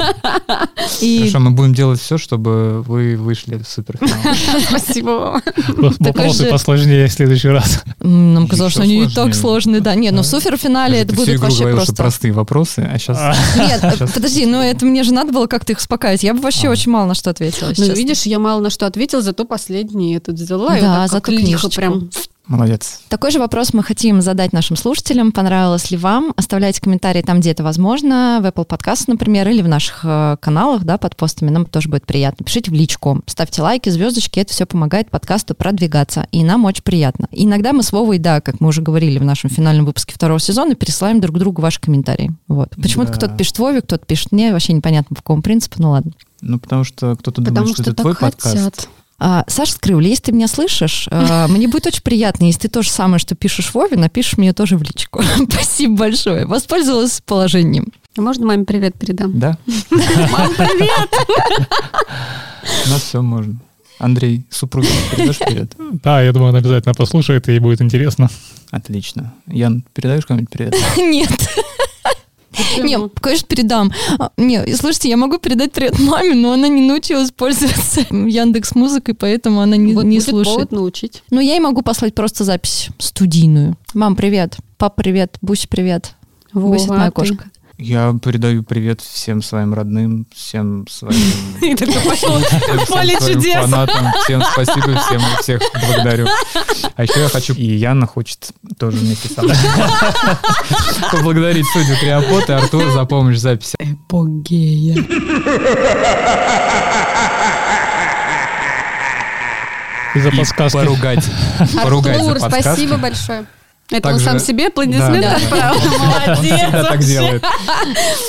Speaker 4: И
Speaker 5: Хорошо, мы будем делать все, чтобы вы вышли в суперфинал.
Speaker 6: Спасибо, Вова.
Speaker 8: Вопросы
Speaker 4: же-
Speaker 8: посложнее в следующий раз.
Speaker 4: м, нам
Speaker 5: Еще
Speaker 4: казалось, что они и
Speaker 5: сложнее.
Speaker 4: так сложные, да. Нет, но в суперфинале это
Speaker 5: Ты всю
Speaker 4: будут
Speaker 5: игру
Speaker 4: вообще
Speaker 5: говорил, что
Speaker 4: просто...
Speaker 5: простые вопросы, а сейчас...
Speaker 4: Нет, э, подожди, ну это мне же надо было как-то их успокаивать. Я бы вообще
Speaker 5: А.
Speaker 4: очень мало на что ответила, если
Speaker 6: Ну,
Speaker 4: честно.
Speaker 6: видишь, я мало на что ответила, зато последний этот взяла. и
Speaker 4: Да,
Speaker 6: вот так
Speaker 4: зато
Speaker 6: как лихо
Speaker 4: книжечку.
Speaker 6: прям.
Speaker 5: Молодец.
Speaker 4: Такой же вопрос мы хотим задать нашим слушателям. Понравилось ли вам? Оставляйте комментарии там, где это возможно, в Apple Podcast, например, или в наших э, каналах, да, под постами. Нам тоже будет приятно. Пишите в личку, ставьте лайки, звездочки. Это все помогает подкасту продвигаться. И нам очень приятно. Иногда мы с Вовой, да, как мы уже говорили в нашем финальном выпуске второго сезона, пересылаем друг другу ваши комментарии. Вот. Почему-то
Speaker 5: Да.
Speaker 4: кто-то пишет Вове, кто-то пишет мне. Вообще непонятно, по какому принципу. Ну ладно.
Speaker 5: Ну, потому что кто-то думает,
Speaker 6: Потому
Speaker 5: что,
Speaker 6: что
Speaker 5: это твой
Speaker 6: так
Speaker 5: подкаст.
Speaker 6: хотят.
Speaker 4: А, Саша Скрывли, если ты меня слышишь, а, мне будет очень приятно, если ты то же самое, что пишешь Вове, напишешь мне тоже в личку. Спасибо большое. Воспользовалась положением.
Speaker 6: А Можно маме привет передам?
Speaker 5: Да? Мам, привет! У нас все Ну, можно. Андрей, супруге передашь привет?
Speaker 8: Да, я думаю, он обязательно послушает, и ей будет интересно.
Speaker 5: Отлично. Ян, передаешь кому-нибудь привет?
Speaker 4: Нет, не, конечно, передам. А, Не, и слушайте, я могу передать привет маме, но она не научилась пользоваться Яндекс музыкой, поэтому она не,
Speaker 6: Вот
Speaker 4: не
Speaker 6: будет
Speaker 4: слушает.
Speaker 6: повод научить.
Speaker 4: Но я ей могу послать просто запись студийную. Мам, привет. Пап, привет. Бусь, привет. Бусь, это
Speaker 6: Вова,
Speaker 4: моя
Speaker 6: а ты?
Speaker 4: кошка.
Speaker 5: Я передаю привет всем своим родным, всем своим
Speaker 6: И только пошел
Speaker 5: Всем
Speaker 6: поле
Speaker 5: своим
Speaker 6: чудес.
Speaker 5: фанатам. Всем спасибо, всем всех благодарю. А еще я хочу, и Яна хочет тоже вместе со мной поблагодарить судью Криопот и Артура за помощь в записи.
Speaker 8: И за
Speaker 5: И
Speaker 8: подсказки.
Speaker 5: Поругать. Поругать за
Speaker 6: Артур,
Speaker 5: подсказки.
Speaker 6: спасибо большое. Это он
Speaker 5: Также-
Speaker 6: сам себе аплодисмент
Speaker 5: Да, да, да.
Speaker 6: отправил. Молодец.
Speaker 5: Всегда так
Speaker 6: вообще.
Speaker 5: делает.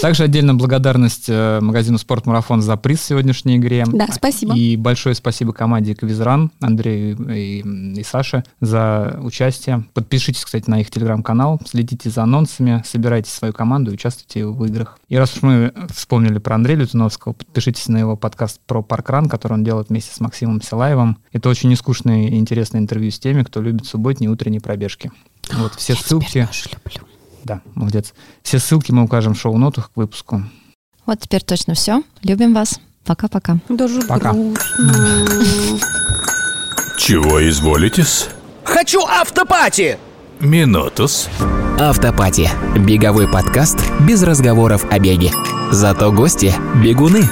Speaker 5: Также отдельно благодарность э, магазину «Спортмарафон» за приз в сегодняшней игре.
Speaker 6: Да, спасибо.
Speaker 5: И большое спасибо команде «Квизран», Андрею и, и Саше за участие. Подпишитесь, кстати, на их телеграм-канал, следите за анонсами, собирайте свою команду и участвуйте в играх. И раз уж мы вспомнили про Андрея Лютуновского, подпишитесь на его подкаст про паркран, который он делает вместе с Максимом Силаевым. Это очень нескучное и интересное интервью с теми, кто любит субботние и утренние пробежки. Вот все ссылки... Да, молодец. Все ссылки мы укажем в шоу-нотах к выпуску.
Speaker 4: Вот теперь точно все. Любим вас. Пока-пока.
Speaker 6: Даже
Speaker 5: Пока.
Speaker 6: грустно.
Speaker 1: Чего изволитесь?
Speaker 2: Хочу автопати!
Speaker 1: Минутус.
Speaker 3: Автопати. Беговой подкаст без разговоров о беге. Зато гости – бегуны.